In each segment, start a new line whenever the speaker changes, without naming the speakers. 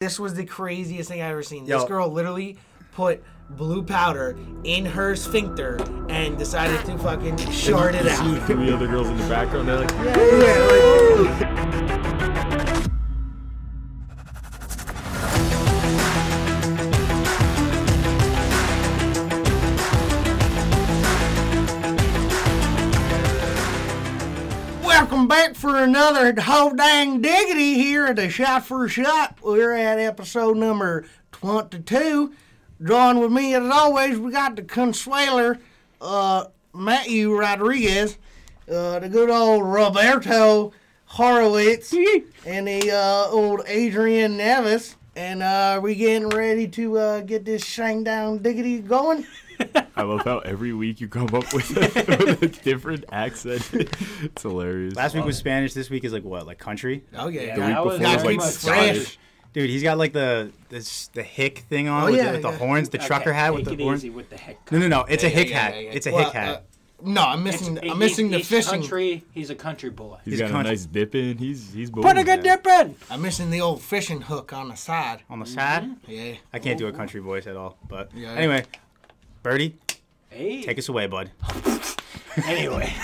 This was the craziest thing I've ever seen. This
Yo.
girl literally put blue powder in her sphincter and decided to fucking short it
See
out.
the three other girls in the background. They're like,
Welcome back for another whole dang diggity here at the Shot for Shot. We're at episode number 22. Drawing with me, as always, we got the Consueler, uh, Matthew Rodriguez, uh, the good old Roberto Horowitz, and the uh, old Adrian Nevis. And uh, we getting ready to uh, get this shang down diggity going.
I love how every week you come up with a, with a different accent. It's hilarious.
Last week was Spanish. This week is like what? Like country?
Oh, yeah.
the week
that
before
was
was,
Gotta
like
be
Scottish.
fresh.
Dude, he's got like the this, the hick thing on
Oh,
with,
yeah,
the, with the
yeah.
horns, the trucker
Okay,
hat with
take
the
it
horns.
easy with the hick.
No, no, no. It's a
yeah,
hick
yeah,
hat.
yeah, yeah.
It's a
Well,
hick hat.
uh, no, I'm missing.
He-
I'm missing the
he's
fishing.
Country, he's a country boy.
He's
He's
got a
country.
nice dip in. He's he's
Put a
bold.
good dip in.
I'm missing the old fishing hook on the side.
on the side.
Yeah.
I can't do a country voice at all. But
uh, Yeah, yeah.
anyway, Birdie,
Hey.
take us away, bud.
anyway.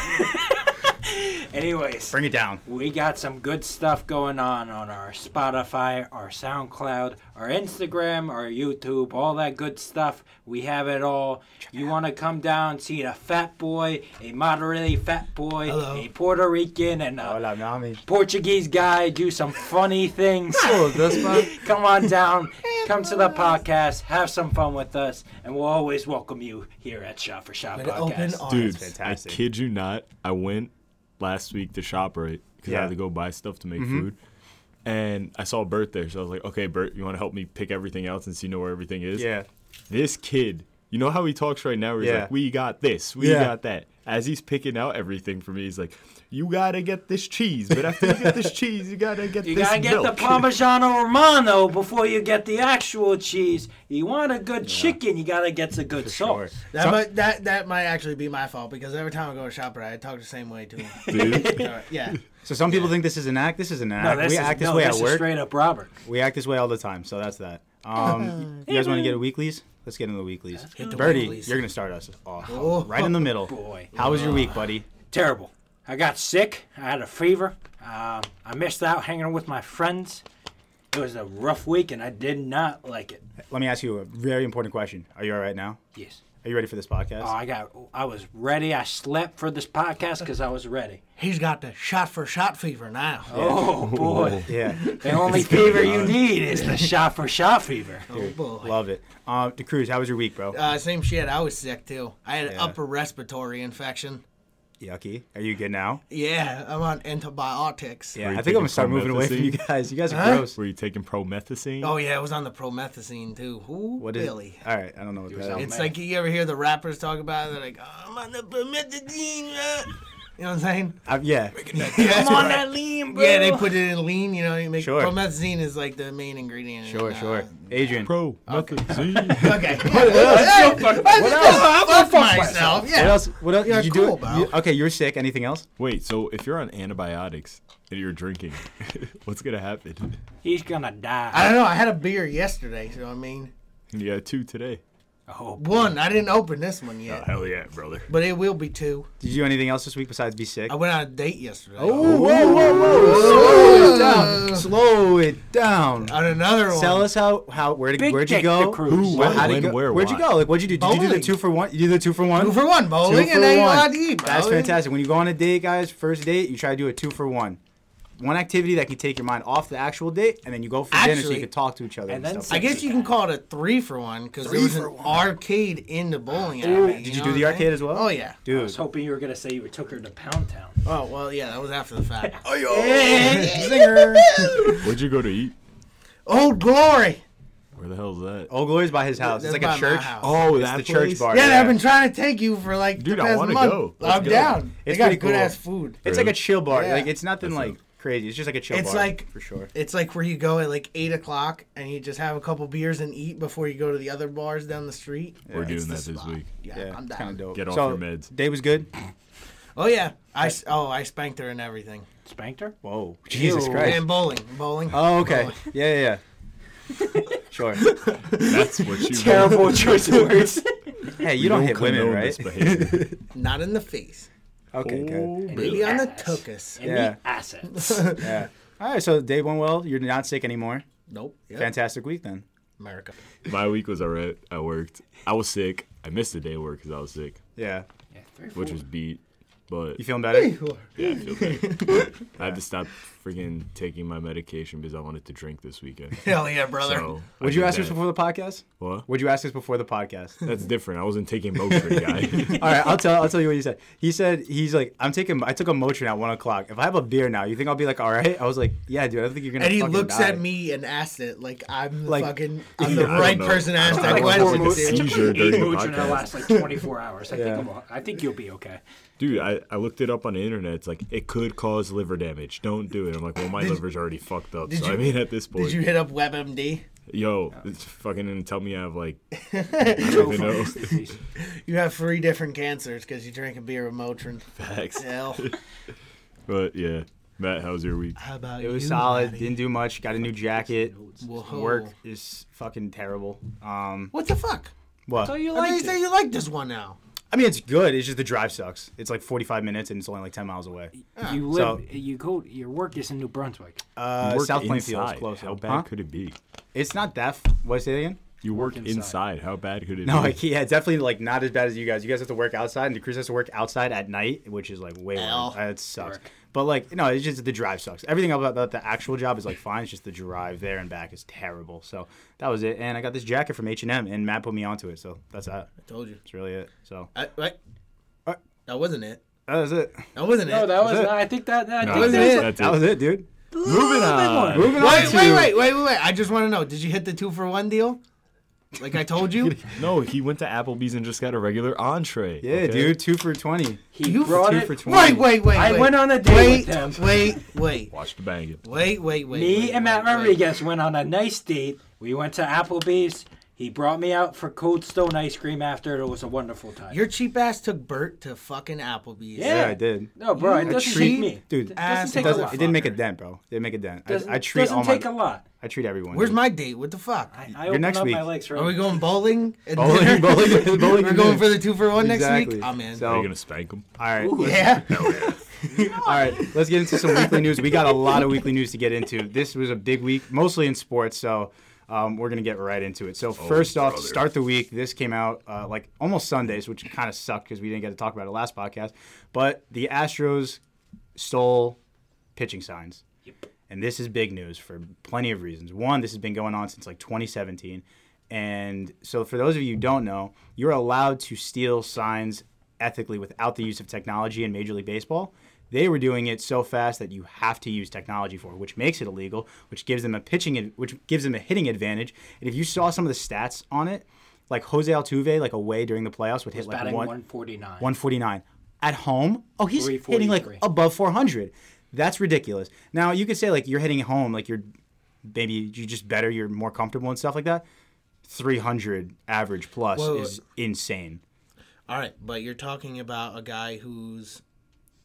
Anyways,
Bring it down.
we got some good stuff going on on our Spotify, our SoundCloud, our Instagram, our YouTube, all that good stuff. We have it all. You want to come down, see a fat boy, a Monterey fat boy,
Hello.
a Puerto Rican, and a
Hola, Nami.
Portuguese guy do some funny things. Come on down, come to the podcast, have some fun with us, and we'll always welcome you here at Shot for Shot
With open
Podcast.
arms.
Dude,
That's
I
fantastic.
kid you not. I went last week to shop right because I
Yeah.
had to go buy stuff to make food. And I saw Bert there, so I was like, "Okay, Bert, you want to help me pick everything out since you know where everything is?"
Yeah.
This kid, you know how he talks right now? Where he's
Yeah.
like, "We got this, we
Yeah.
got that." As he's picking out everything for me, he's like, "You gotta get this cheese, but after you get this cheese, you gotta get
You
this
gotta get
milk."
the Parmigiano Romano before you get the actual cheese. You want a good chicken, you gotta get the good
Sure.
sauce.
That might that that might actually be my fault because every time I go to shopper, I talk the same way to him.
Dude,
All right, yeah.
So some people think this is an act. This is an
No,
act.
this
we
is,
act this
no,
way
this
at
is
work.
straight up Robert.
We act this way all the time. So that's that. Um, you guys want to get a weeklies? Let's get into the weeklies.
Hit the
Birdie,
weeklies.
you're gonna start us off
Oh,
right in the middle.
boy.
How was your week, buddy?
terrible. I got sick. I had a fever. Um, I missed out hanging with my friends. It was a rough week, and I did not like it.
Let me ask you a very important question. Are you all right now?
Yes.
Are you ready for this podcast?
Oh, I got. I was ready. I slept for this podcast because I was ready.
He's got the shot for shot fever now.
Oh boy!
yeah,
The only fever you need is the shot for shot fever.
Oh, boy.
love it. Um, DeCruz, how was your week, bro?
Uh, same shit. I was sick too. I had an
Yeah.
upper respiratory infection.
Yucky. Are you good now?
Yeah, I'm on antibiotics.
Yeah,
you
I think I'm
taking
gonna start moving away from
promethazine?
you guys. You guys are
Huh?
gross.
were you taking promethazine?
Oh yeah, I was on the promethazine too. Ooh,
What is?
Billy.
All right, I don't know what that
It's
is.
man.
like you ever hear the rappers talk about it. They're like, oh, I'm on the promethazine. uh," You know what I'm saying?
Uh, yeah,
Yeah.
I'm on that lean, bro.
Yeah, they put it in lean. You know, you make
Sure.
promethazine is like the main ingredient.
sure,
Uh,
sure. Adrian, what
Promethazine.
Okay. what else? What else? I'm fuck myself. Yeah.
else? What else?
Yeah,
did you
cool,
do?
bro.
you- okay, you're sick. Anything else?
Wait, so if you're on antibiotics and you're drinking, what's gonna happen?
He's gonna die.
I don't know. I had a beer yesterday, so I mean,
You got two today.
oh,
one. I didn't open this one yet,
hell yeah, brother.
but it will be two.
Did you do anything else this week besides be sick?
I went on a date yesterday.
Whoa, whoa, whoa! Slow it down. Slow it down.
On another one.
Tell us how how where did
Big
where'd you
dick
go?
DeCruz. Who,
Where-
what,
how'd you
when,
go-
where,
Where'd you
why?
go? Like what'd you do? Did you do the
Bowling.
two for one? You do the two for one.
Two for one
Two
bowling,
for
and then you
one.
ought to eat.
That's
bro.
fantastic. When you go on a date, guys, first date, you try to do a two for one. One activity that can take your mind off the actual date, and then you go for dinner so
Actually-
you can talk to each other.
And
And,
then
stuff.
I guess you can call it a three for one because there
Three
was an
for one.
arcade in the bowling alley.
Did
know
you do
what
the
I'm
arcade
saying?
as well?
Oh yeah.
I
dude.
was hoping you were gonna say you took her to Pound Town.
Oh well, yeah. That was after the fact.
Zinger.
Where'd you go to eat?
Old Oh, Glory.
Where the hell's that?
Old Glory's by his house.
That's
It's like
by
a
my
church.
house.
Oh,
Oh, it's
that
the
place?
church bar.
Yeah, I've been trying to take you for like
Dude,
the
I
past
wanna
month.
go.
I'm
Let's go.
down.
It's
they got
pretty
good
cool.
ass food.
It's like a chill bar.
Yeah.
Like it's nothing
That's
like crazy. It's just like a chill
It's
bar.
like-
for sure.
It's like where you go at like eight o'clock and you just have a couple beers and eat before you go to the other bars down the street.
We're
It's
doing
the
that this
spot.
week.
Yeah,
Yeah,
I'm
it's
down.
kind of dope.
Get off
So,
your meds.
Day was good.
Oh yeah, I s- oh I spanked her and everything.
Spanked her?
Whoa, Jesus
Ew.
Christ!
And bowling, bowling.
Oh, okay.
Bowling.
Yeah, yeah, yeah. Sure.
That's what you
Terrible choice of words.
Hey, you don't, hit women, right?
Not in the face.
Okay,
Oh,
good.
Maybe on the
Yes.
tuchus.
And
Yeah.
the assets.
Yeah. All right, so day one, well, you're not sick anymore.
Nope. Yep.
Fantastic week then.
America.
My week was alright. I worked. I was sick. I missed the day of work because I was sick,
Yeah.
Yeah, three,
which
four.
was beat. But
You feeling better?
yeah, I feel better. I had to stop freaking taking my medication because I wanted to drink this weekend.
Hell yeah, brother.
So I
Would you
did
ask us
that.
before the podcast?
What?
Would you ask us before the podcast?
That's different. I wasn't taking Motrin, guy.
All right, I'll tell I'll tell you what he said. He said he's like, I'm taking I took a Motrin at one o'clock. If I have a beer now, you think I'll be like, all right? I was like, yeah, dude. I don't think you're gonna.
And he
fucking
looks
die.
at me and asks it like I'm the
Like-
fucking I'm
Yeah,
the
I don't
right
know.
person to ask
I
that
don't know.
Like, four
Like a
question.
moods. I
dude.
took
seizure
eight
during the
moods and I
podcast.
last like 24 hours. I,
Yeah.
think I'm, I think you'll be okay.
Dude, I, I looked it up on the internet. It's like it could cause liver damage. Don't do it. I'm like, well, my liver's already fucked up.
did
So I
you-
mean, at this
Did
point,
you hit up WebMD?
yo, it's fucking and tell me I have like, I don't even know.
You have three different cancers because you drank a beer with Motrin.
Facts.
Hell,
But yeah, Matt, how's your week?
how about
It was
you,
solid.
buddy?
Didn't do much. Got a new jacket.
Whoa.
Work is fucking terrible. Um,
What the fuck?
what?
So you
I
like
thought you say you like this one now.
I mean, it's good. It's just the drive sucks. It's like 45 minutes and it's only like 10 miles away.
You
So-
live. you go. Your work is in New Brunswick.
Uh,
Work
South Plainfield
inside.
is close.
How bad
Huh?
could it be?
It's not that. F- what say that again?
You work,
Work
inside.
inside.
How bad could it
No,
be?
like yeah, it's definitely like not as bad as you guys. You guys have to work outside, and Chris has to work outside at night, which is like way worse.
Ow.
That sucks.
Work.
But like, no, it's just the drive sucks. Everything about, about the actual job is like fine. It's just the drive there and back is terrible. So that was it. And I got this jacket from H and M, and Matt put me onto it. So that's that.
Told you.
That's really it. So
I, I,
Uh,
that wasn't it.
that was it.
That wasn't
No,
it.
that was.
it.
I think that. I
No, that's
think
it.
that's a-
That was it, dude.
Moving on.
Moving
wait,
on to
wait, wait, wait, wait, wait. I just want to know. Did you hit the two for one deal? Like I told you.
No, he went to Applebee's and just got a regular entree.
yeah, dude, two for twenty.
He
You
brought
two
it.
for twenty.
Wait, wait, wait.
I
wait.
went on a
Wait,
date with him.
wait, wait,
Watch the banging.
wait, wait, wait.
Me
wait,
and Matt
wait, wait.
Rodriguez went on a nice date. We went to Applebee's. He brought me out for Cold Stone ice cream after. It was a wonderful time.
Your cheap ass took Bert to fucking Applebee's.
Yeah.
Yeah, I did.
no, bro, it
You
doesn't
cheap
take me.
dude.
It
ass
doesn't take a
Doesn't,
lot.
it didn't make a dent, bro. It didn't make a dent. I,
Doesn't,
I treat
doesn't
all
take
my.
a lot.
I treat everyone.
Where's
dude.
my date? What the fuck?
I, I
Your
open
next
up
week.
my legs for
Are we
him.
going bowling? at
bowling?
dinner?
Bowling, bowling.
We're going for the two for one next
Exactly.
week. I'm in.
So-
Are you gonna spank him?
All right.
yeah.
All right, let's get into some weekly news. We got a lot of weekly news to get into. This was a big week, mostly in sports, so um, we're going to get right into it. So, first off, to
brother.
start the week, this came out uh, like almost Sundays, which kind of sucked because we didn't get to talk about it last podcast. But the Astros stole pitching signs. And this is big news for plenty of reasons. One, this has been going on since like 2017. And so, for those of you who don't know, you're allowed to steal signs ethically without the use of technology in Major League Baseball. They were doing it so fast that you have to use technology for, it, which makes it illegal, which gives them a pitching, ad- which gives them a hitting advantage. And if you saw some of the stats on it, like Jose Altuve, like away during the playoffs, would hit
He's
like
batting
one,
149.
149 at home. Oh, he's hitting like
343.
above 400. That's ridiculous. Now you could say like you're hitting home, like you're maybe you just better, you're more comfortable and stuff like that. 300 average plus
Whoa.
is insane.
All right, but you're talking about a guy who's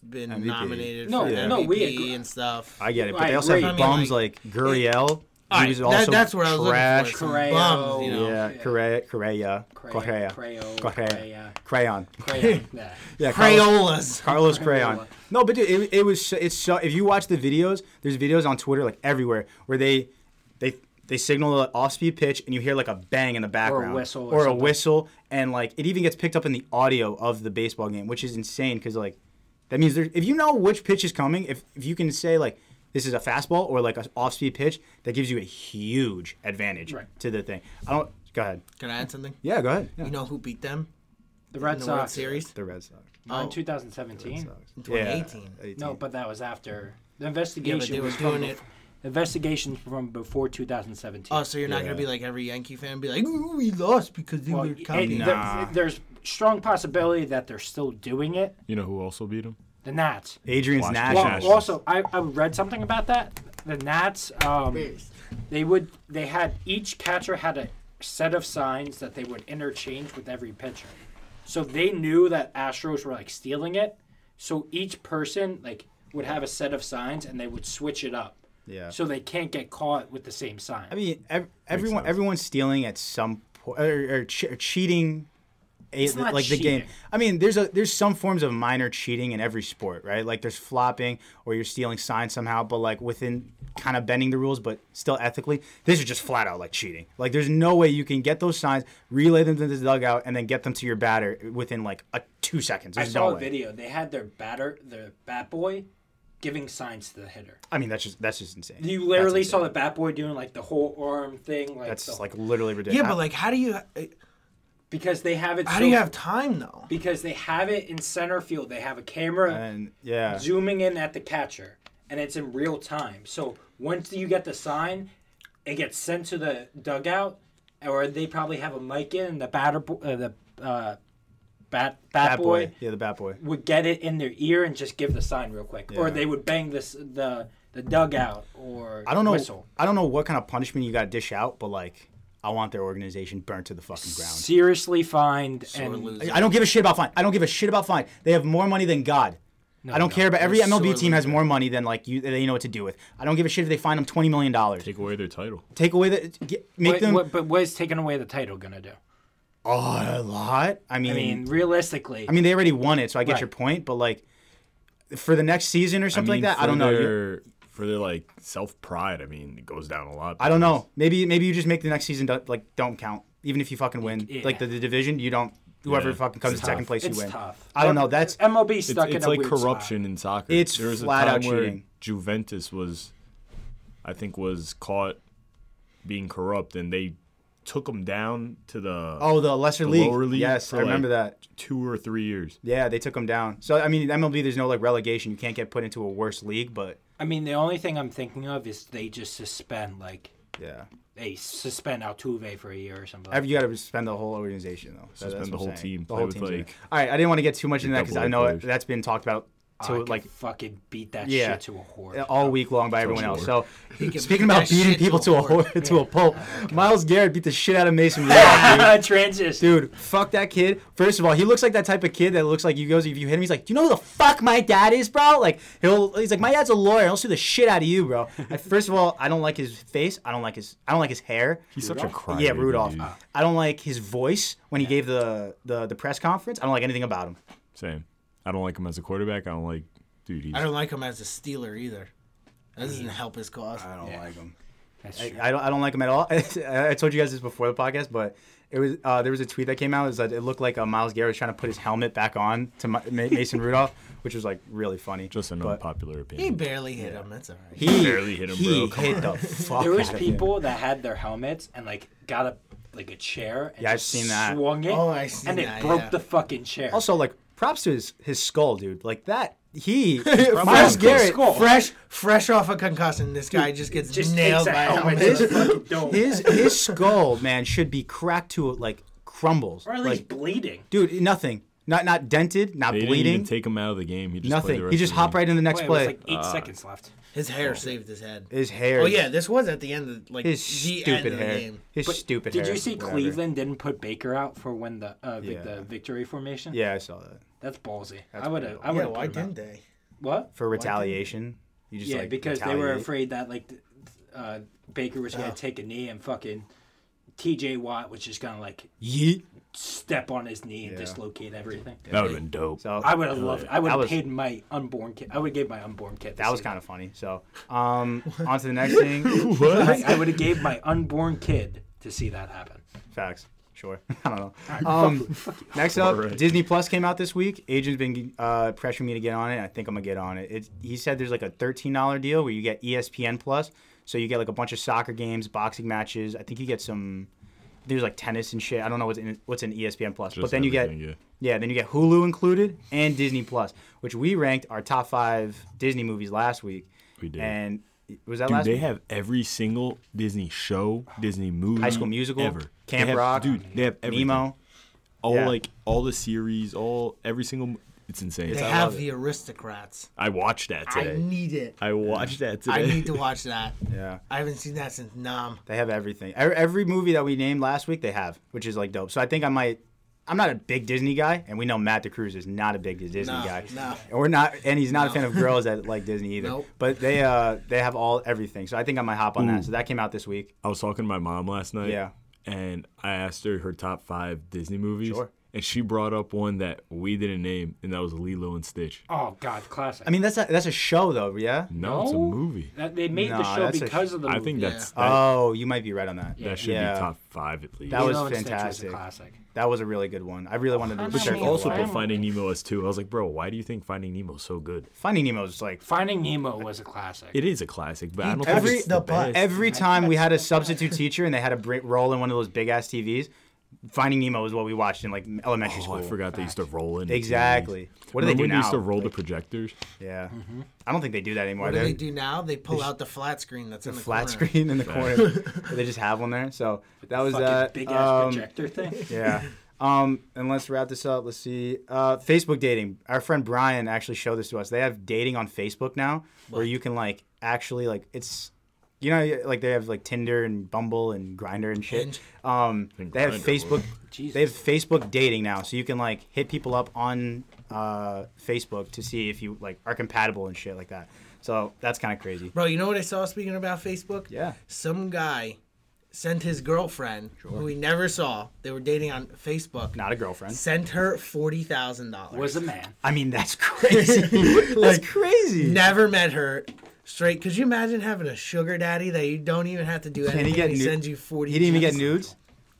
been
MVP.
nominated
No,
for
yeah.
MVP
no, we agree.
and stuff.
I get it, but
I
they also
agree.
have
I
mean,
bums
like,
like, Guriel.
All
He
right,
was
that-
also
that's what I was
trash.
looking for. Some
Correa.
bums, you know.
Yeah, Correa, Correa, Correa,
Correa, Creo,
Correa,
Correa.
Crayon.
Crayon. Yeah.
Yeah, Carlos-
Crayolas.
Carlos Crayon. No, but dude, it, it was so- it's so if you watch the videos, there's videos on Twitter like everywhere where they they they signal an off-speed pitch and you hear like a bang in the background
whistle or
or, a
something.
whistle and like it even gets picked up in the audio of the baseball game, which is insane cuz like that means there if you know which pitch is coming, if if you can say like this is a fastball or like an off-speed pitch, that gives you a huge advantage
Right.
to the thing. I don't go ahead.
Can I add something?
Yeah, go ahead. Yeah.
You know who beat them
The
in
Red
the World
Sox.
Series?
The Red Sox.
Not in
Oh.
2017.
In 2018.
Yeah, 18.
No, but that was after the
Yeah,
investigation.
but they were
was from
doing
bef-
it.
Investigations from before 2017.
Oh, so you're not gonna
Yeah.
be like every Yankee fan, and be like, "Ooh, we lost because they
Well,
were
it-
coming."
there-
Nah.
there's strong possibility that they're still doing it.
You know who also beat him?
The Nats.
Adrian's
Watch-
Nash.
Watch-
Well,
Nationals.
also, I, I read something about that. The Nats, um, they would they had each catcher had a set of signs that they would interchange with every pitcher, so they knew that Astros were like stealing it. So each person like would have a set of signs and they would switch it up.
Yeah.
So they can't get caught with the same sign.
I mean, ev- everyone
sense.
everyone's stealing at some point or, or, che- or cheating. a-
It's not
like the game.
cheating.
I mean, there's a there's some forms of minor cheating in every sport, right? Like there's flopping or you're stealing signs somehow, but like within kind of bending the rules, but still ethically. This is just flat out like cheating. Like there's no way you can get those signs, relay them to the dugout, and then get them to your batter within like a two seconds.
I
There's
saw
no
a
way.
video. They had their batter, their bat boy, giving signs to the hitter.
I mean, that's just that's just insane.
You
That's
literally
insane.
saw the bat boy doing like the whole arm thing, like,
That's
the-
like literally ridiculous.
Yeah, but like, how do you
because they have it.
how
so,
do you have time though?
Because they have it in center field. They have a camera
and yeah,
zooming in at the catcher, and it's in real time. So once you get the sign, it gets sent to the dugout, or they probably have a mic in, and the batter, bo- uh, the uh, bat, bat
bat
boy,
boy. Yeah, the bat boy.
would get it in their ear and just give the sign real quick, or
Yeah.
they would bang this the the dugout or
I don't know.
whistle.
I don't know what kind of punishment you got to dish out, but like, I want their organization burnt to the fucking ground.
Seriously fined and
I I don't give a shit about fine. I don't give a shit about fine. They have more money than God. I don't care about every
They're
MLB
sorely
team has more money than like you. They know what to do with. I don't give a shit if they find them twenty million dollars.
Take away their title.
Take away the get, make
But,
them
what, but what is taking away the title gonna do?
a lot. I mean,
I mean, realistically,
I mean, they already won it, so I get
Right.
your point. But like, for the next season or something
mean,
like that, I
for
don't know. You-
Their, For their like self pride, I mean, it goes down a lot.
I don't know. Maybe maybe you just make the next season do- like don't count. Even if you fucking win,
Yeah.
like the, the division, you don't. Whoever
Yeah.
fucking comes in
it's
second
tough.
place,
it's
you win.
tough.
I don't know.
M-
That's
MLB
It's,
stuck in
it's
a
like
weird
corruption in soccer.
It's
there was
flat
a time
out
where
cheating.
Juventus was, I think, was caught being corrupt, and they took them down to the
oh the lesser
The
league.
lower league
Yes,
for,
I remember that.
two or three years.
Yeah, they took them down. So I mean, MLB, there's no like relegation. You can't get put into a worse league, but
Spot. I mean, the only thing I'm thinking of is they just suspend like
yeah,
they suspend Altuve for a year or something.
Every- you got to spend the whole organization though. So
Suspend
that's
the
what I'm saying.
whole team.
The
Play
whole
with,
team.
like,
All right, I didn't want to get too much into that because I
double-A
know
players.
that's been talked about
Oh, I
to
could
like
fucking beat that
Yeah.
shit to a whore.
all week long by everyone else. So
can
speaking
beat
about
that
beating
shit to
people
a
to a
whore.
whore- to a pulp, Miles Garrett beat the shit out of Mason Rudolph, dude.
Transition.
Dude, fuck that kid. First of all, he looks like that type of kid that looks like you goes if you hit him, he's like, "Do you know who the fuck my dad is, bro?" Like he'll he's like, "My dad's a lawyer. He'll sue the shit out of you, bro." I, first of all, I don't like his face. I don't like his I don't like his hair.
He's such a crybaby.
yeah, Rudolph.
dude.
I don't like his voice when he gave the, the the press conference. I don't like anything about him.
Same. I don't like him as a quarterback. I don't like, dude. He's,
I don't like him as a Steeler either. That doesn't help his cause.
don't like him.
That's
I,
true.
I don't, I don't like him at all. I I told you guys this before the podcast, but it was uh, there was a tweet that came out. It, was like, it looked like uh, Miles Garrett was trying to put his helmet back on to Ma- Ma- Mason Rudolph, which was like really funny.
just an
But
unpopular
He
opinion.
barely hit him. That's all right.
he
barely hit him,
He
bro. Come
hit the fuck.
There was
out of him.
people that had their helmets and like got a like a chair and
Yeah, I've
just
seen that.
swung it
Oh, I seen
and it
that,
broke
yeah.
the fucking chair.
Also, like props to his his skull, dude. Like that. He
Miles
Miles
Garrett,
Garrett.
Skull.
fresh, fresh off a concussion, this guy just gets
just
nailed
takes a
by a
helmet
helmet.
to the fucking dome.
His his skull, man, should be cracked to like crumbles.
or at least
Like,
bleeding.
dude, nothing. Not not dented. Not
They didn't even
bleeding.
take him out of the game. He just played the
Nothing.
rest
He just
of the
hopped right in the next
Wait, it
play.
was like eight seconds left.
His hair saved his head.
his hair.
Oh
is-
yeah, this was at the end of like
His
the end
stupid
of
hair.
the game.
His stupid
Did
hair.
you see
Whatever.
Cleveland didn't put Baker out for when the uh, vi-
Yeah.
the victory formation?
Yeah, I saw that.
that's ballsy. I would
brutal.
have. I would
Yeah,
have.
why didn't they?
What?
For retaliation, you just
yeah,
like
because they were
retaliate.
afraid that like th- uh, Baker was gonna take a knee and fucking T.J. Watt was just gonna like
Yeet.
step on his knee and
Yeah.
dislocate everything.
game. That would have been dope.
So
I would have loved. I would
That
have
was-
paid my unborn kid. I would have gave my unborn kid.
that was kind of funny. So, um, on to the next thing.
of. I, would have gave my unborn kid to see that happen.
Facts. Sure. I don't know. Um, next up,
Alright.
Disney Plus came out this week. Agent's been uh, pressuring me to get on it. I think I'm gonna get on it. it. He said there's like a $13 deal where you get E ESPN Plus, so you get like a bunch of soccer games, boxing matches. I think you get some. There's like tennis and shit. I don't know what's in what's in E ESPN Plus, but
Just
then you get
everything, yeah.
Yeah, then you get Hulu included and Disney Plus, which we ranked our top five Disney movies last week.
We did.
And was that
Dude,
last
they
week?
have every single Disney show, Disney movie,
High School Musical,
ever. They
Camp
have-
Rock,
dude. They have everything.
Nemo.
all
yeah.
like all the series, all every single. It's insane.
They
I
have
love
the aristocrats.
I watched that
I
today.
need it.
I, watched that today.
I need to watch that.
Yeah,
I haven't seen that since Nam.
they have everything. Every, every movie that we named last week, they have, which is like dope. So I think I might. I'm not a big Disney guy, and we know Matt DeCruz is not a big Disney
No,
guy.
no.
And we're not, and he's not a fan of girls that like Disney either.
Nope.
But they uh they have all everything, so I think I might hop on that. So that came out this week.
I was talking to my mom last night.
Yeah.
And I asked her her top five Disney movies.
Sure.
And she brought up one that we didn't name, and that was Lilo and Stitch.
Oh God, classic.
I mean, that's a that's a show though, yeah.
No, it's a
No?
movie.
that, they made
Nah,
the show
that's a
because of the
I
movie.
think
Yeah.
that's that,
Oh, you might be right on that.
that should
Yeah.
be top five at least.
That was
Lilo and Stitch
fantastic.
a classic.
That was a really good one. I really wanted to
But
research.
you
it
she
for a
also
while.
put
Wow.
Finding Nemo as two. I was like, bro, why do you think Finding Nemo is so good?
Finding Nemo is like
Finding Nemo was a classic.
It is a classic, but I don't
touched
think it's
the
the,
button.
best.
every time we had a substitute teacher and they had to bring, roll in one of those big ass TVs. Finding Nemo is what we watched in like elementary
Oh,
school.
I forgot they used to roll in. the TVs.
Exactly. What do they
Remember
do
when
now?
They used to roll the projectors.
Yeah, I don't think they do that anymore.
Mm-hmm. What do
They're-
they do now? They pull out the flat screen that's in the
flat
corner.
screen in the corner. they just have one there. So that was
Fucking
that.
big ass
Um,
projector thing.
yeah. Um, and let's wrap this up. Let's see. Uh, Facebook dating. Our friend Brian actually showed this to us. They have dating on Facebook now, where you can like actually like it's, you know, like they have like Tinder and Bumble and Grinder and shit.
Hinge.
Um,
think
they have
Grindr
Facebook.
Jesus.
They have Facebook dating now, so you can like hit people up on uh, Facebook to see if you like are compatible and shit like that. So that's kind of crazy.
Bro, you know what I saw speaking about Facebook?
Yeah.
Some guy sent his girlfriend, who he never saw, they were dating on Facebook,
Not a girlfriend.
sent her $40,000.
was a man.
I mean, that's crazy. that's crazy.
Never met her. Straight, could you imagine having a sugar daddy that you don't even have to do anything?
get
he
nu-
sends you forty.
He didn't even get
bucks?
nudes.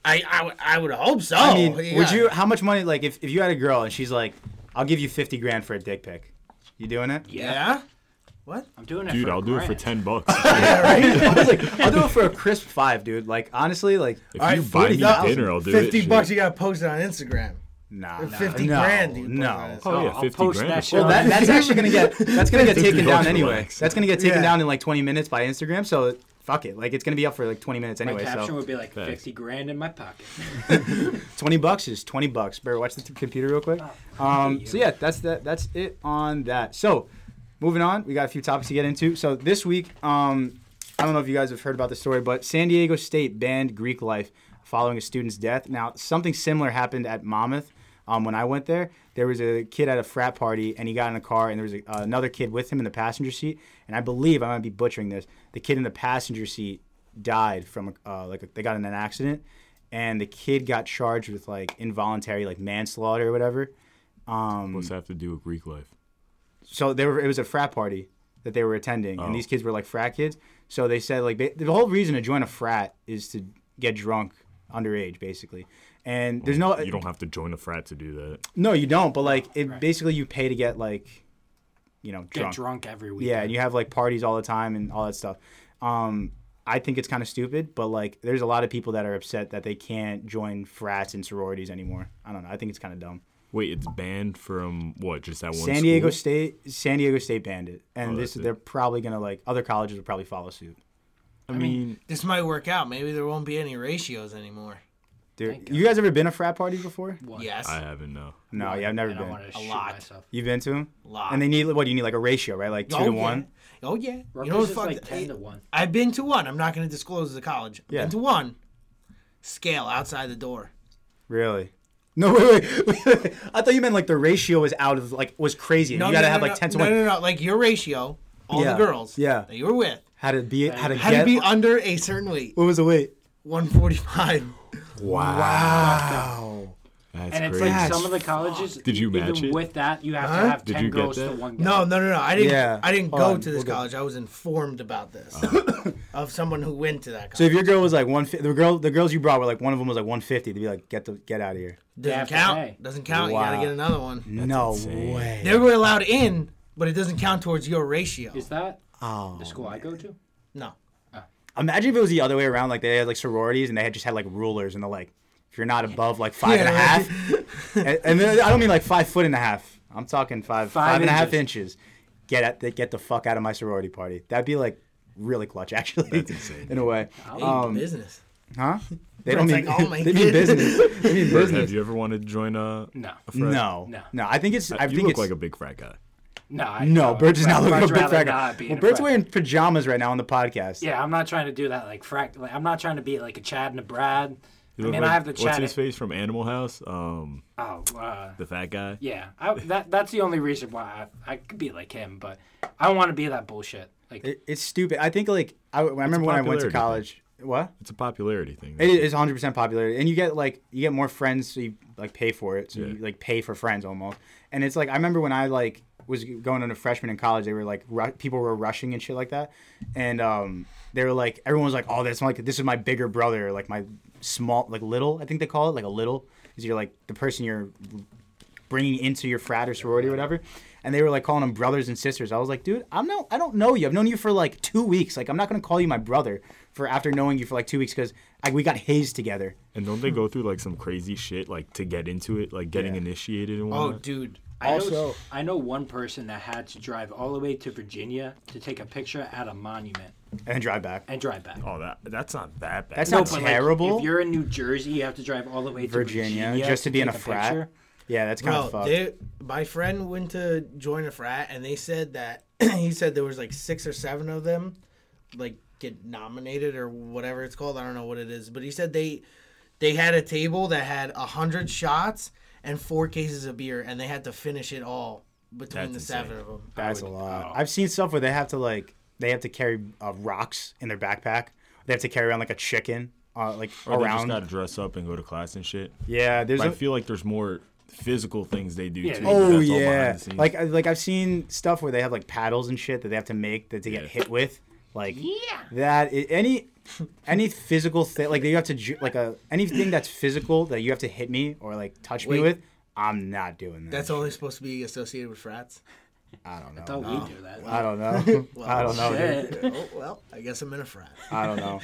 I, I, would- I would hope so.
I mean,
Oh, Yeah.
would you? How much money? Like, if, if you had a girl and she's like, "I'll give you fifty grand for a dick pic," you doing it?
Yeah.
Yeah.
I'm doing it.
Dude,
for
I'll do it for
grand.
ten bucks.
I was like, "I'll do it for a crisp five, dude." Like, honestly, like,
If
Alright,
you buy me
40,000.
dinner, I'll do it.
Fifty
Shit.
bucks you got posted on Instagram.
nah,
Or
nah,
50
no,
grand, dude,
No.
boy.
Oh,
I'll-
yeah,
I'll
50
post
grand.
that shit
Well,
on
that, that's actually gonna get that's gonna get
50
taken down
bucks
anyway.
relax.
That's gonna get taken
Yeah.
down in like twenty minutes by Instagram. So fuck it, like it's gonna be up for like twenty minutes
My
anyway.
caption
So
would be like
Thanks.
fifty grand in my pocket.
twenty bucks is twenty bucks. Bear, watch the t- computer real quick. Um,
Oh,
you.
so yeah, that's that. That's it on that. So moving on, we got a few topics to get into. So this week, um, I don't know if you guys have heard about the story, but San Diego State banned Greek life following a student's death. Now something similar happened at Monmouth. Um, when I went there, there was a kid at a frat party, and he got in a car, and there was a, uh, another kid with him in the passenger seat. And I believe I might be butchering this. The kid in the passenger seat died from uh, like they got in an accident, and the kid got charged with like involuntary like manslaughter or whatever.
What's that have to do with Greek life?
So they were it was a frat party that they were attending,
Oh.
and these kids were like frat kids. So they said like they, the whole reason to join a frat is to get drunk underage, basically. And there's no
You don't have to join a frat to do that.
no you don't, but like it basically you pay to get like you know
Get
drunk.
drunk every week.
Yeah, and you have like parties all the time and all that stuff. Um, I think it's kind of stupid, but like, there's a lot of people that are upset that they can't join frats and sororities anymore. I don't know. I think it's kind of dumb.
Wait, it's banned from what? Just that one.
San Diego
school?
State, San Diego State banned it, and
Oh,
this
that's it.
they're probably gonna like other colleges will probably follow suit.
I mean,
This might work out. Maybe there won't be any ratios anymore.
Dude, you guys ever been to frat parties before?
What?
Yes.
I haven't no.
No, yeah, I've never
And I
been.
want to shoot
lot.
myself.
You've been to them?
Lot.
And they need what? do You need like a ratio, right? Like two
Oh,
to
yeah.
one.
Oh yeah.
Rutgers
you know what?
is
Fuck.
like ten to
it-
one.
I've been to one. I'm not going to disclose the college. I've
Yeah.
been to one. Scale outside the door.
Really? No, wait, wait, wait. I thought you meant like the ratio was out of like was crazy. and you gotta
no,
have
no,
like ten to
no,
one.
No, no, no. Like your ratio, all
Yeah,
the girls.
yeah.
That you were with
How to be? How to
had
get?
to be under a certain weight.
what was the weight?
145.
Wow.
Wow.
That's
And it's
crazy.
like some of the colleges.
Did you match
even
it?
With that, you have to have
Did
ten
you get
girls to
that?
one guy.
No, no, no, no. I didn't.
Yeah.
I didn't
Hold
go
on,
to this
we'll go- Uh-huh.
college. I was informed about this of someone who went to that
So if
college.
your girl was like one, fi- the girl, the girls you brought were like one of them was like one fifty. They'd be like, get the get out of here.
doesn't
have to pay.
count. Doesn't count. You got
Wow.
to get another one.
no
insane.
way.
They were allowed in, but it doesn't count towards your ratio.
Is that
Oh.
the school I go to?
No.
Imagine if it was the other way around. Like they had like sororities and they had just had like rulers and they're like, if you're not above like five and a
Yeah, right.
half, and, and then, I don't mean like five foot and a half. I'm talking five
Five
five and a half
inches.
inches. Get at the, get the fuck out of my sorority party. That'd be like really clutch actually. That's insane. In a way.
Hey,
Um,
business.
Huh? They
Brett's
don't mean
like, "Oh my
they mean
God."
business. They mean
Bert,
business.
Have you ever wanted to join a?
No.
a frat?
No,
No.
no. I think it's. I
you
think
look
it's,
like a big frat guy.
No. I,
no. Bert does not look like a big frat guy.
guy.
Well, Bert's wearing pajamas right now on the podcast.
Yeah, I'm not trying to do that. Like frat. Like, I'm not trying to be like a Chad and a Brad.
He
I
looked
mean, I have to
What's
chat
his
it.
face from Animal House? Um,
Oh, uh,
the fat guy.
yeah. I, that that's the only reason why I, I could be like him, but I don't want to be that bullshit. Like,
It, it's stupid. I think like I, I remember when I went to
popularity thing.
college. What?
It's a popularity thing.
It is 100 percent popular, and you get like you get more friends, so you like pay for it, so you like pay for friends almost. And it's like I remember when I like was going into freshman in college, they were like ru- people were rushing and shit like that, and um, they were like everyone was like, oh, that's like this is my bigger brother, like my small like little, I think they call it like a little, is you're like the person you're bringing into your frat or sorority or whatever. And they were like calling them brothers and sisters. I was like, dude, I'm no, I don't know you. I've known you for like two weeks. Like, I'm not gonna call you my brother for after knowing you for like two weeks because like we got hazed together.
And don't they go through like some crazy shit like to get into it, like getting
Hmm. Yeah.
initiated and
oh,
uh-huh.
whatnot?
dude. I know,
Also-
I know one person that had to drive all the way to Virginia to take a picture at a monument
And then drive back.
and drive back.
Oh, that that's not that bad.
That's
No,
not
but, like,
terrible.
if you're in New Jersey, you have to drive all the way to Virginia,
Virginia, just to be in a
take
frat.
picture.
Yeah, that's kind of
Bro,
fucked.
they, my friend went to join a frat, and they said that he said there was like six or seven of them, like get nominated or whatever it's called. I don't know what it is, but he said they they had a table that had a hundred shots and four cases of beer, and they had to finish it all between
That's
the
insane.
seven of them.
That's a lot.
oh.
I've seen stuff where they have to like they have to carry uh, rocks in their backpack. They have to carry around like a chicken, uh, like
or they just
around.
gotta dress up and go to class and shit.
yeah, there's
But I
a,
feel like there's more physical things they do
Yeah,
too.
they-
but
Oh
that's all behind
yeah,
the scenes.
like I- like I've seen stuff where they have like paddles and shit that they have to make that they get
Yeah.
hit with, like that i- any any physical thing like that you have to ju- like a anything that's physical that you have to hit me or like touch
Wait.
me with, I'm not doing that.
That's only supposed to be associated with frats.
I don't know.
I thought
Oh.
we do that.
I don't know. I don't know. dude.
Shit.
oh well, I guess I'm in a frat.
I don't know.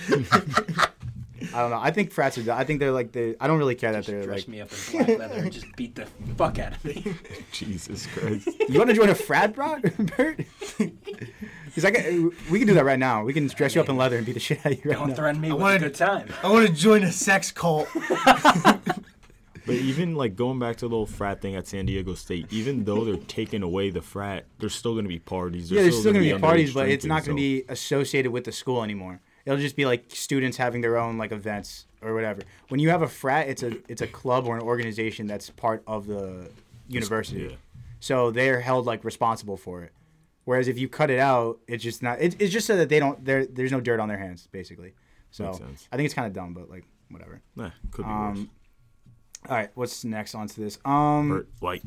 I don't know. I think frats are. I think they're like the. I don't really care that
Just
they're
dress
like.
me up in black leather and just beat the fuck out of me.
Jesus Christ.
You want to join a frat, bro, Bert? He's like, we can do that right now. We can dress you up in leather and beat the shit out of you right
Don't
now.
threaten me with
wanted-
a good time.
I want to join a sex cult.
But even like going back to the little frat thing at San Diego State, even though they're taking away the frat, there's still gonna be parties.
Yeah, there's still gonna be
underage
parties, but it's
drinking,
not gonna
so-
be associated with the school anymore. It'll just be like students having their own like events or whatever. When you have a frat, it's a it's a club or an organization that's part of the university,
yeah.
so they're held like responsible for it. Whereas if you cut it out, it's just not. It, it's just so that they don't. There, there's no dirt on their hands, basically. So
Makes sense.
I think it's kind of dumb, but like whatever.
Nah, could be worse.
Um, all right, what's next on to this? Um,
Or, like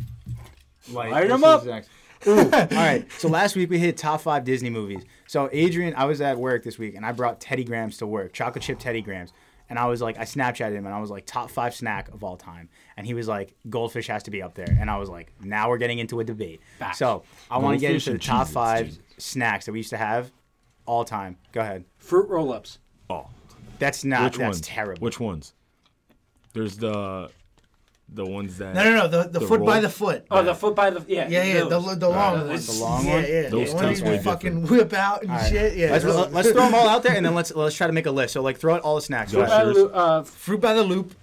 like,
Light 'em
this
up.
is next. Ooh, all right. So last week we hit top five Disney movies. So Adrian, I was at work this week and I brought Teddy Grahams to work, chocolate chip Teddy Grahams, and I was like, I Snapchatted him and I was like, top five snack of all time, and he was like, goldfish has to be up there, and I was like, now we're getting into a debate.
Facts.
So I want to get
Goldfish
into the
and
top
Cheez-Its,
five
Cheez-Its.
snacks that we used to have all time. Go ahead.
Fruit roll ups.
oh.
That's not.
Which
that's
ones?
terrible.
Which ones? There's the the ones that
No, no, no. The, the,
The
foot by
roll?
the foot.
Oh, the foot by the yeah.
Yeah, yeah, the,
those.
the long
Uh,
one.
the long
Yeah,
one?
yeah.
Those
the one
taste
you
way
fucking whip out and shit. Yeah,
Let's,
those-
let's throw them all out there and then let's let's try to make a list. So like throw out all the snacks.
Go
Right.
ahead.
Uh, Lu- uh,
fruit by the loop.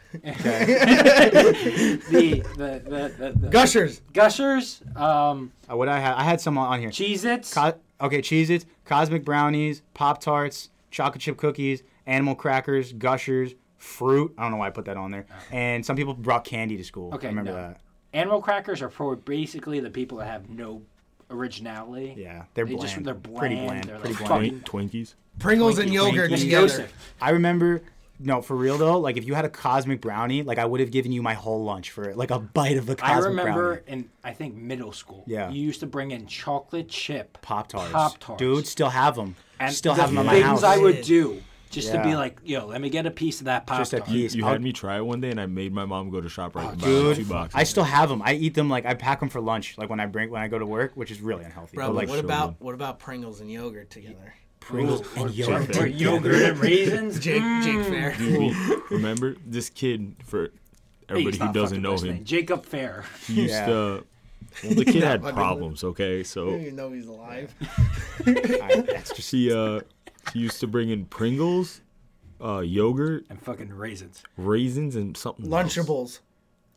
the, the, the, the, the
Gushers.
gushers, um,
Uh, What I had, I had some on on here.
Cheez Its,
Co- okay, Cheez Its, Cosmic Brownies, Pop Tarts, Chocolate Chip Cookies, Animal Crackers, Gushers, Fruit. I don't know why I put that on there. And some people brought candy to school.
Uh-huh. Okay,
I remember
no.
that.
animal crackers are for basically the people that have no originality.
Yeah, they're
They
bland.
just- they're
Pretty
bland,
bland.
they're
Pretty
like,
bland.
Twink- Twinkies.
Pringles and yogurt
Yes,
together.
Joseph.
I remember. No, for real though. Like if you had a Cosmic Brownie, like I would have given you my whole lunch for like a bite of a Cosmic
I remember
Brownie.
in I think middle school.
Yeah.
You used to bring in chocolate chip
Pop Tarts.
Pop-Tarts.
Dude, still have them.
and
still
the
have them at my
things
house.
I would do just to be
Yeah.
like, yo, let me get a piece of that pop
Just a
tart.
piece.
You
I'll-
had me try it one day, and I made my mom go to shop right and buy like, two
Oh, Dude,
boxes.
I still have them. I eat them like I pack them for lunch, like when I bring when I go to work, which is really unhealthy.
Bro,
but, like
what
sugar.
about what about Pringles and yogurt together?
Pringles and yogurt.
Or yogurt and raisins.
Jake, Jake Fair.
Dude, we- remember this kid for
Please
everybody who
stop
doesn't
fucking
know
listening.
him.
Jacob Fair.
He used
Yeah.
to. Well, the kid had
fucking
problems. Okay,
I don't
so
even know he's alive.
Alright, that's just
he uh he used to bring in Pringles, uh yogurt,
and fucking raisins.
raisins, and something else.
Lunchables.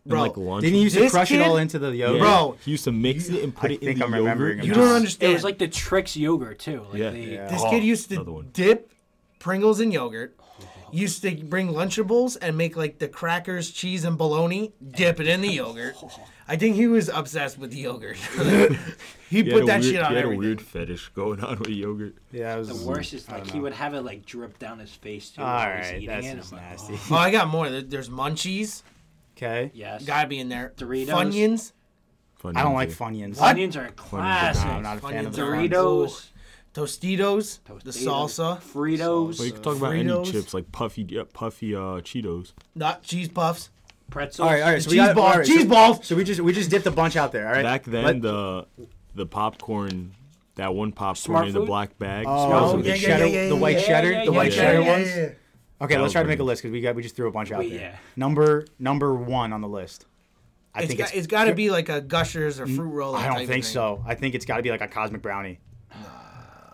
And,
Bro,
like lunch.
didn't you used to
This
crush
kid-
it all into the
Yeah.
yogurt?
Bro.
He used to mix it and put
I
it in
think
the
I'm remembering
yogurt.
him
you don't
Yeah.
understand.
It was like the Trix yogurt too. Like
Yeah.
they,
Yeah.
this
Oh,
kid used to
another one.
dip Pringles in yogurt.
used to bring Lunchables and make like the crackers, cheese, and bologna, dip it in the yogurt. I think he was obsessed with yogurt. he
He had
put
a
that
weird-
shit on
He had
everything.
a weird fetish going on with yogurt.
Yeah, it was
The worst is like he would have it like drip down his face too.
All
while he's
right,
eating
that's
it.
just
I'm like,
nasty.
"Oh."
Oh, I got more. There- There's munchies.
Okay.
Yes.
Gotta be in there.
Doritos.
Funyuns.
Funny
I don't
too.
like Funyuns.
Onions are a
No, I'm
classic.
not a fan of the
Funyuns.
Funyuns.
Doritos,
Tostitos. The
Tostitos,
salsa.
Well, you
Fritos,
can talk about any
Fritos.
chips like puffy, yeah, puffy uh, Cheetos.
Not cheese puffs.
pretzels.
All right, all right. So we
Cheese
got,
balls,
all right,
cheese
so,
balls.
So we just we just dipped a bunch out there. All right.
Back then,
Let-
the the popcorn, that one popcorn
Smart
in the
food?
black bag.
Oh,
smells
the
yeah,
like
yeah,
cheddar-
yeah, yeah,
the white
yeah,
cheddar,
yeah,
the white
yeah,
cheddar
yeah,
ones.
yeah, yeah.
Okay,
That
let's
was
try to
pretty
make a
good.
list because we got we just threw a bunch out
Well,
there.
yeah.
Number number one on the list. I
It's
think
got,
it's. Mm,
it's got to be like a Gushers or fruit roll.
I don't think so. I think it's got to be like a cosmic brownie.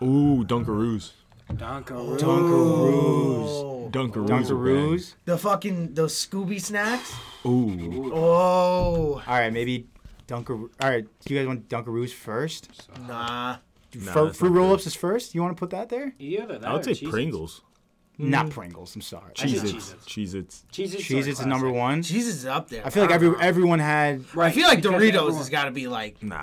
Ooh, Dunkaroos.
Dunkaroos.
Dunkaroos.
Dunkaroos.
Dunkaroos.
The fucking those Scooby snacks.
are banging. Ooh.
Oh,
All right, maybe Dunkaroo. All right, do you guys want Dunkaroos first?
nah.
Nah,
Fru-
that's
fruit
not
roll ups is first. You want to put that there?
Either that
I would
or
say
Cheez-Its.
Pringles.
Not Pringles. I'm sorry.
Mm. I said
Cheez Its.
Cheez-Its.
Cheez Its.
Cheez-Its, are
Cheez Its is
classic.
number one.
Jesus is up there.
I feel like every everyone had.
Right,
I feel like
because
Doritos
everyone-
has got to be like.
Nah,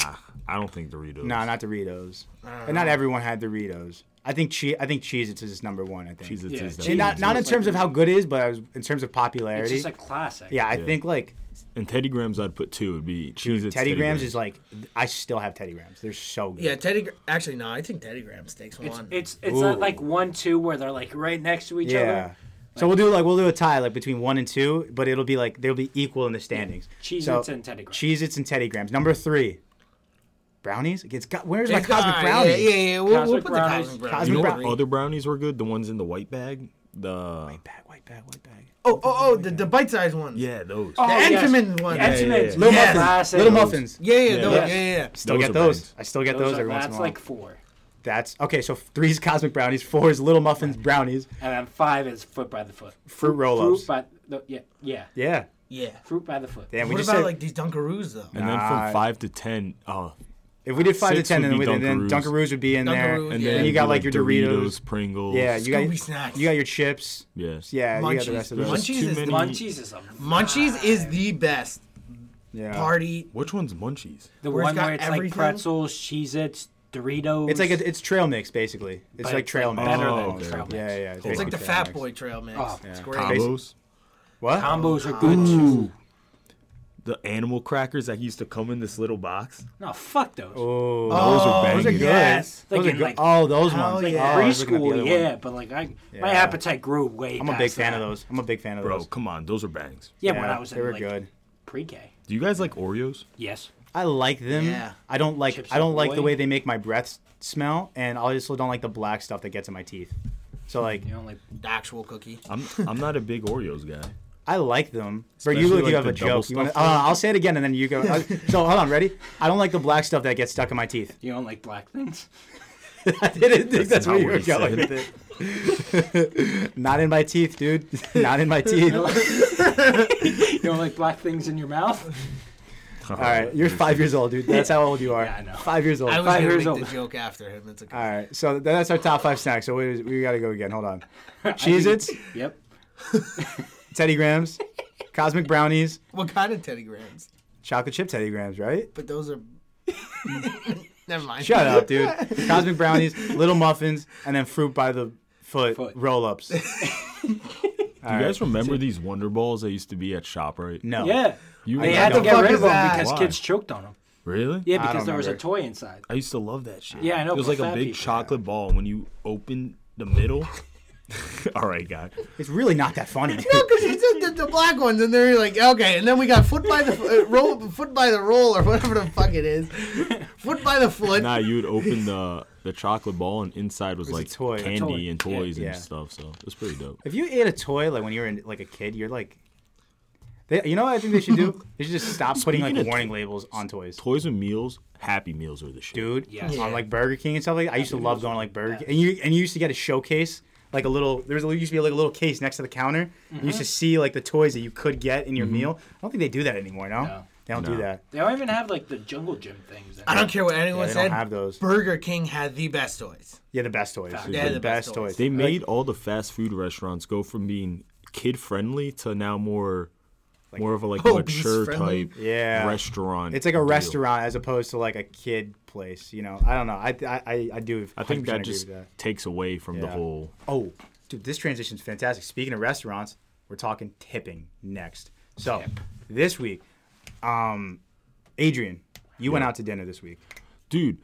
I don't think Doritos.
No, not Doritos. And
Uh-huh.
not everyone had Doritos. I think che- I think Cheez Its is number one. I think.
Cheez Its
Yeah,
is
Cheez-Its.
And
the
not not in
It's
terms
like-
of how good it is, but I was, in terms of
It's
popularity.
just a classic.
yeah, I
Yeah.
think like
And Teddy Grahams, I'd put two. It'd be Cheez Its.
Teddy Grahams is like I still have Teddy Grahams. They're so good.
Yeah, Teddy. Gr- Actually, no. I think Teddy Grahams takes
It's
one.
it's it's not
Ooh.
like one two where they're like right next to each
Yeah.
other.
So we'll do like we'll do a tie like between one and two, but it'll be like they'll be equal in the standings.
Cheez-Its
so,
and Teddy Grahams.
Cheez Its and Teddy Grahams. Number three, brownies. It's got where's my
It's-
cosmic
ah,
brownie?
Yeah, yeah, yeah. We'll, we'll
Cosmic
put
brownies.
the cosmic brownie.
Cosmic
You know
Brownie.
what other brownies were good? The ones in the white bag. The
Bag, white bag, white bag.
Oh, oh, oh, the, the bite sized ones.
yeah, those.
The
Oh, yes.
Entenmann ones.
Yeah,
Yeah,
Yes. yeah,
Entenmann's
yeah.
Little
Yes.
muffins.
classic.
Little muffins.
yeah, yeah, those-
Yes.
yeah, yeah.
Still
Those
get
are
those.
bangs.
I still get
Those
those,
are-
every once in
that's
a while.
like four,
That's okay. So three's cosmic brownies, four is little muffins, brownies,
and then five is foot by the foot.
fruit roll-ups.
Fruit by the, yeah yeah
yeah.
Yeah.
fruit by the foot.
Damn, we
What
just
about
said,
like these Dunkaroos though?
And then
Nah.
from five to ten, oh,
if we did five to
six
ten,
would
then,
be
we- then
Dunkaroos.
Dunkaroos would be in
Dunkaroos,
there.
And
and
Yeah.
then
then you
it'd
got
be,
like your Doritos.
Pringles.
Yeah, you
Scooby
got
snacks.
you got your chips.
yeah,
Yeah, you got the
Munchies.
rest of
There's
those.
just
Munchies
too
is
many-
Munchies is a
Munchies is the best
Yeah.
party.
Which one's Munchies?
the
where it's
one
got
where it's
everything.
like pretzels, Cheez-Its, Doritos.
It's like a, it's trail mix basically. It's
But
like
it's,
trail
like,
mix.
better
Oh,
than
okay.
trail mix.
Yeah, yeah.
It's like
basically
the
trail
Fat
mix.
Boy trail mix.
Oh,
It's
yeah.
great.
Combos.
What?
Combos are good too.
The animal crackers that used to come in this little box.
No, fuck those.
Oh,
Those are
Oh,
banging.
those are yes.
Like
those are
in,
good.
like-
oh, those
Hell
ones.
yeah.
Oh, I was looking at the
preschool,
other
yeah,
one.
but like I, my
Yeah.
appetite grew way.
I'm a
past
big fan
that.
of those. I'm a big fan of
Bro,
those.
come on, those are bangs.
Yeah, when I was
they
in
were
like
good.
pre-K.
Do you guys like Oreos?
Yes.
I like them.
Yeah.
I don't like
Chips
I don't like the
Ahoy.
way they make my breath s- smell, and I also don't like the black stuff that gets in my teeth. So like,
The only
The actual cookie.
I'm I'm not a big Oreos guy.
I like them. But you
Especially,
look,
like,
you have
the
a
double
joke. You wanna, uh,
stuffed ones.
I'll say it again, and then you go. uh, so hold on, ready? I don't like the black stuff that gets stuck in my teeth.
you don't like black things.
I didn't think that's,
That's
where
not
you were
what he
going
said.
with it. Not in my teeth, dude. Not in my teeth. All
You don't like black things in your mouth.
All
right, you're five years old, dude. That's how old you are.
Yeah, I know.
Five years old.
I was
Five
gonna
years
make
old.
the joke after him. It's okay.
All right, so that's our top five snacks. So we, we got to go again. Hold on. Cheez-Its,
Yep.
Teddy Grahams, Cosmic Brownies,
What kind of Teddy Grahams?
chocolate chip Teddy Grahams, right?
But those are. Never mind.
Shut up, dude. Cosmic Brownies, Little Muffins, and then fruit by the foot,
Foot.
roll-ups.
Do you guys remember these Wonder Balls that used to be at Shoprite?
No.
Yeah.
You
They
I
had to
don't-
get
fuck
rid
is
of them
that?
because
Why?
kids choked on them.
Really?
Yeah,
I
because
don't
there was a
remember.
toy inside.
I used to love that shit.
Yeah, I know,
It was
for
like a
fat
big
people.
chocolate ball. and When you open the middle, all right, guy.
It's really not that funny.
No, because he said the, the black ones, and they're like, okay, and then we got foot by the uh, roll, foot by the roll, or whatever the fuck it is, foot by the foot.
Nah, you would open the the chocolate ball and inside was,
was a
like
toy. A
candy
toy.
and toys
Yeah.
and stuff. So it's pretty dope.
If you ate a toy like when you were in, like a kid, you're like, they, you know what I think they should do? They should just stop putting like
Speaking of
warning labels on toys.
Toys and meals, Happy Meals are the shit.
Dude,
Yes.
on like Burger King and stuff like that. I used to love going to, like Burger King, and you and you used to get a showcase, like a little. There was a, used to be like a little
Mm-hmm.
case next to the counter. You used to see like the toys that you could get in your meal. I don't think they do that anymore. No,
No.
They don't do
Mm-hmm. No.
that.
They don't even have like the jungle gym things.
I don't care what
Yeah,
anyone
they
said.
don't have those.
Burger King had the best toys.
Yeah, the best toys.
Yeah, the best toys.
They made all the fast food restaurants go from being kid friendly to now more, more of a like
obese
mature
friendly.
type
Yeah.
restaurant.
It's like a
deal.
restaurant as opposed to like a kid place. You know, I don't know. I I I, I do.
I think
100%
that
agree
just
with that.
takes away from the
Yeah.
whole.
Oh, dude, this transition's fantastic. Speaking of restaurants, we're talking tipping next. So this week, um, Adrian, you went out to dinner this week.
dude,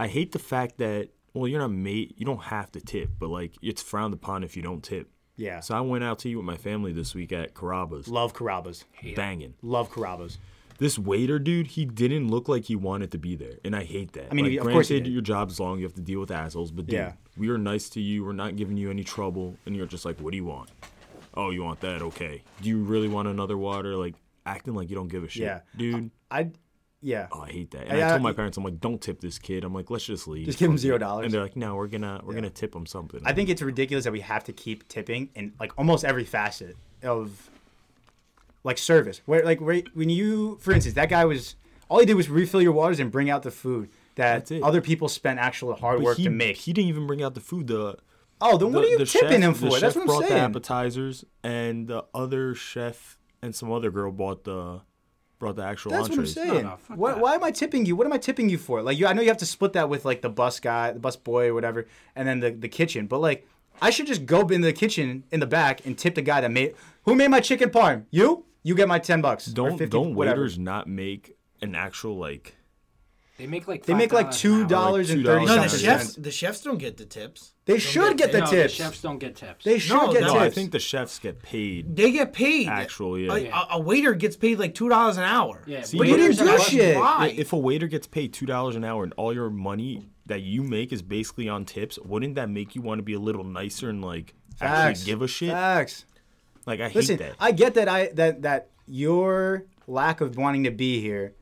I hate the fact that well, you're not made, you don't have to tip, but like it's frowned upon if you don't tip.
Yeah.
So I went out to eat with my family this week at Carrabba's,
Love Carrabba's.
banging.
Love Carrabba's.
This waiter dude, he didn't look like he wanted to be there, and I hate that. I
mean,
like,
he- of
granted,
course he did.
your job's long, you have to deal with assholes, but dude,
Yeah.
we are nice to you, we're not giving you any trouble, and you're just like, what do you want? Oh, you want that? Okay. Do you really want another water? Like acting like you don't give a shit,
Yeah.
dude.
I, yeah.
Oh, I hate that. And
Yeah,
I told my
I- uh,
parents, I'm like, don't tip this kid. I'm like, let's just leave.
Just give him
Fuck it.
zero dollars.
And they're like, no, we're gonna we're gonna tip him something.
I think it's ridiculous that we have to keep tipping in like almost every facet of like service. Where like where, when you, for instance, that guy was all he did was refill your waters and bring out the food that
That's it.
other people spent actual hard
But
work
he,
to make.
He didn't even bring out the food. The
oh, then what
the-
are you
the
tipping
chef-
him
The
for?
chef
That's what
brought
I'm
the
saying.
appetizers, and the other chef and some other girl bought the brought the actual
That's what I'm
entrees.
saying.
no, fuck
Why-
that.
why am I tipping you? What am I tipping you for? Like, you, I know you have to split that with like the bus guy, the bus boy, or whatever, and then the, the kitchen. But like, I should just go in the kitchen in the back and tip the guy that made who made my chicken parm. You, you get my ten bucks. or
Don't
50,
don't
whatever.
waiters not make an actual like
They make like
They make like
$5
two
an hour.
dollars and
$2
thirty
an
No,
hour.
the
something
Sometimes.
chefs.
cents.
The chefs don't get the tips.
They should
get
get the
no,
tips.
The chefs don't get tips.
They should
No,
get
that's-
no.
tips.
I think the chefs get paid.
They get paid.
Actual, yeah.
A, a- a waiter gets paid like two dollars an hour.
yeah,
See,
but
you
waiters
didn't
are
do
fucking-
shit.
Why?
If a waiter gets paid two dollars an hour and all your money that you make is basically on tips, wouldn't that make you want to be a little nicer and like
Facts.
actually give a shit?
Facts.
Like I
Listen,
hate that.
I get that. I that that your lack of wanting to be here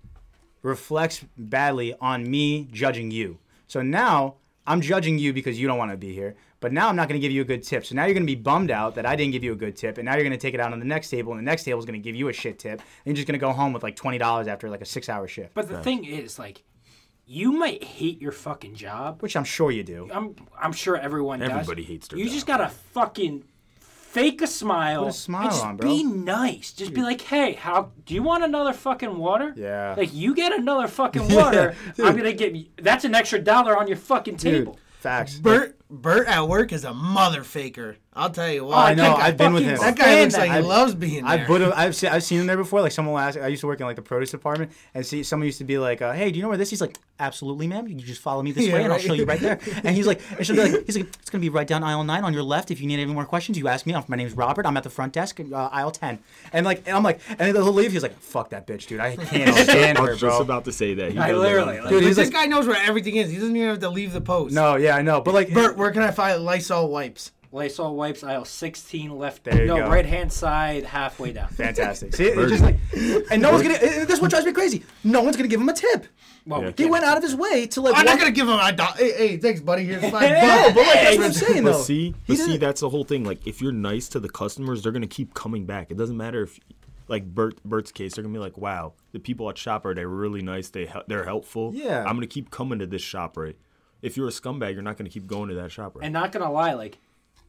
reflects badly on me judging you. So now I'm judging you because you don't want to be here. But now I'm not going to give you a good tip. So now you're going to be bummed out that I didn't give you a good tip, and now you're going to take it out on the next table, and the next table is going to give you a shit tip, and you're just going to go home with like twenty dollars after like a six-hour shift,
But the thing is, like, you might hate your fucking job.
which I'm sure you do.
I'm I'm sure everyone does.
Everybody hates their
You just gotta fucking fake a smile.
Put a smile
and just
on, bro.
Be nice. Just be like, hey, how do you want another fucking water?
Yeah.
Like you get another fucking water, I'm gonna give you. That's an extra dollar on your fucking
Dude,
table.
facts.
Bert Bert at work is a mother faker. I'll tell you what.
Oh, I
Oh, I know.
think I
I've been with him.
fucking
That guy
Stand
looks like he
that.
loves being there.
I've, put a, I've, seen, I've seen him there before. Like someone will ask, I used to work in like the produce department, and see someone used to be like, uh, "Hey, do you know where this?" He's like, "Absolutely, ma'am. You can just follow me this
Yeah,
way, and I'll
right.
show you right there." And he's like, and she'll be like, "He's like, it's gonna be right down aisle nine on your left. If you need any more questions, you ask me. My name's Robert. I'm at the front desk, uh, aisle ten. And like, and I'm like, and he'll leave. He's like, "Fuck that bitch, dude. I can't stand
I
her,
was just
bro."
about to say that. He
I
does that
literally,
on-
like,
Dude,
But
he's
this
like,
guy knows where everything is. He doesn't even have to leave the post.
"No, yeah, I know, but like,
Bert, where can I find Lysol wipes?
Lysol wipes aisle 16 left.
There you
no,
go.
right hand side, halfway down.
fantastic. See, it's just like, and no one's gonna. and This is what drives me crazy. No one's gonna give him a tip.
Well, we
Yeah.
can't-
He went out of his way to like.
I'm
walk-
not gonna give him a dollar. Hey, hey, thanks, buddy. Here's five
No,
bucks.
but like, that's what I'm saying
But
though.
see,
He
but see,
didn't-
that's the whole thing. Like, if you're nice to the customers, they're gonna keep coming back. It doesn't matter if, like Bert, Bert's case, they're gonna be like, "Wow, the people at Shoprite, they're really nice. They hel- they're helpful.
Yeah.
I'm gonna keep coming to this Shoprite. If you're a scumbag, you're not gonna keep going to that Shoprite.
and not gonna lie, like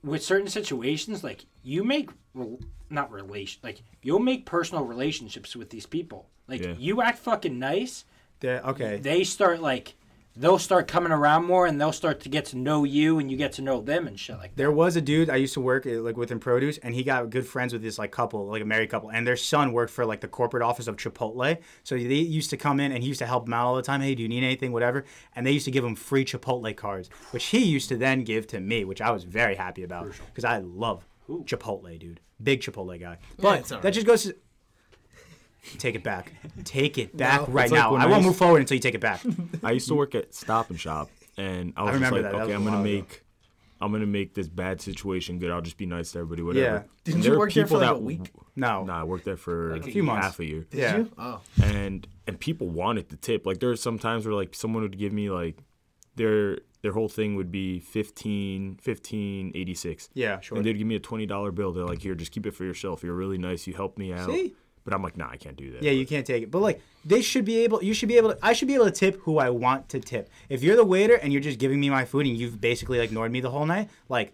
with certain situations, like you make rel- not relation, like you'll make personal relationships with these people. Like
Yeah.
you act fucking nice,
Yeah, okay.
they start like they'll start coming around more, and they'll start to get to know you, and you get to know them and shit like that.
There was a dude I used to work at, like with in produce, and he got good friends with this like couple, like a married couple, and their son worked for like the corporate office of Chipotle. So they used to come in, and he used to help them out all the time. Hey, do you need anything? Whatever. And they used to give him free Chipotle cards, which he used to then give to me, which I was very happy about because I love Chipotle, dude. Big Chipotle guy. But
it's all
that
right.
just goes to. Take it back. Take it back right
It's like
now.
when
I
I
won't
used-
move forward until you take it back.
I used to work at Stop and Shop, and I was just
remember
like,
that. That
okay,
was
I'm
a
gonna
while ago.
make, I'm gonna make this bad situation good. I'll just be nice to everybody, whatever.
Yeah.
And
Didn't
there
you
were
work there for,
people
like,
that
a week?
No.
Nah, I worked there for
Like a
a
few
few
months.
half a year.
yeah.
Did you? Oh,
and and people wanted the tip. Like there are some times where like someone would give me like their their whole thing would be 15 15 86.
Yeah, sure.
And they'd give me a $20 bill. They're like, "Here, just keep it for yourself. You're really nice. You helped me out."
See?
But I'm like, nah, I can't do that.
Yeah, you can't take it. But like they should be able you should be able to I should be able to tip who I want to tip. If you're the waiter and you're just giving me my food and you've basically like ignored me the whole night, like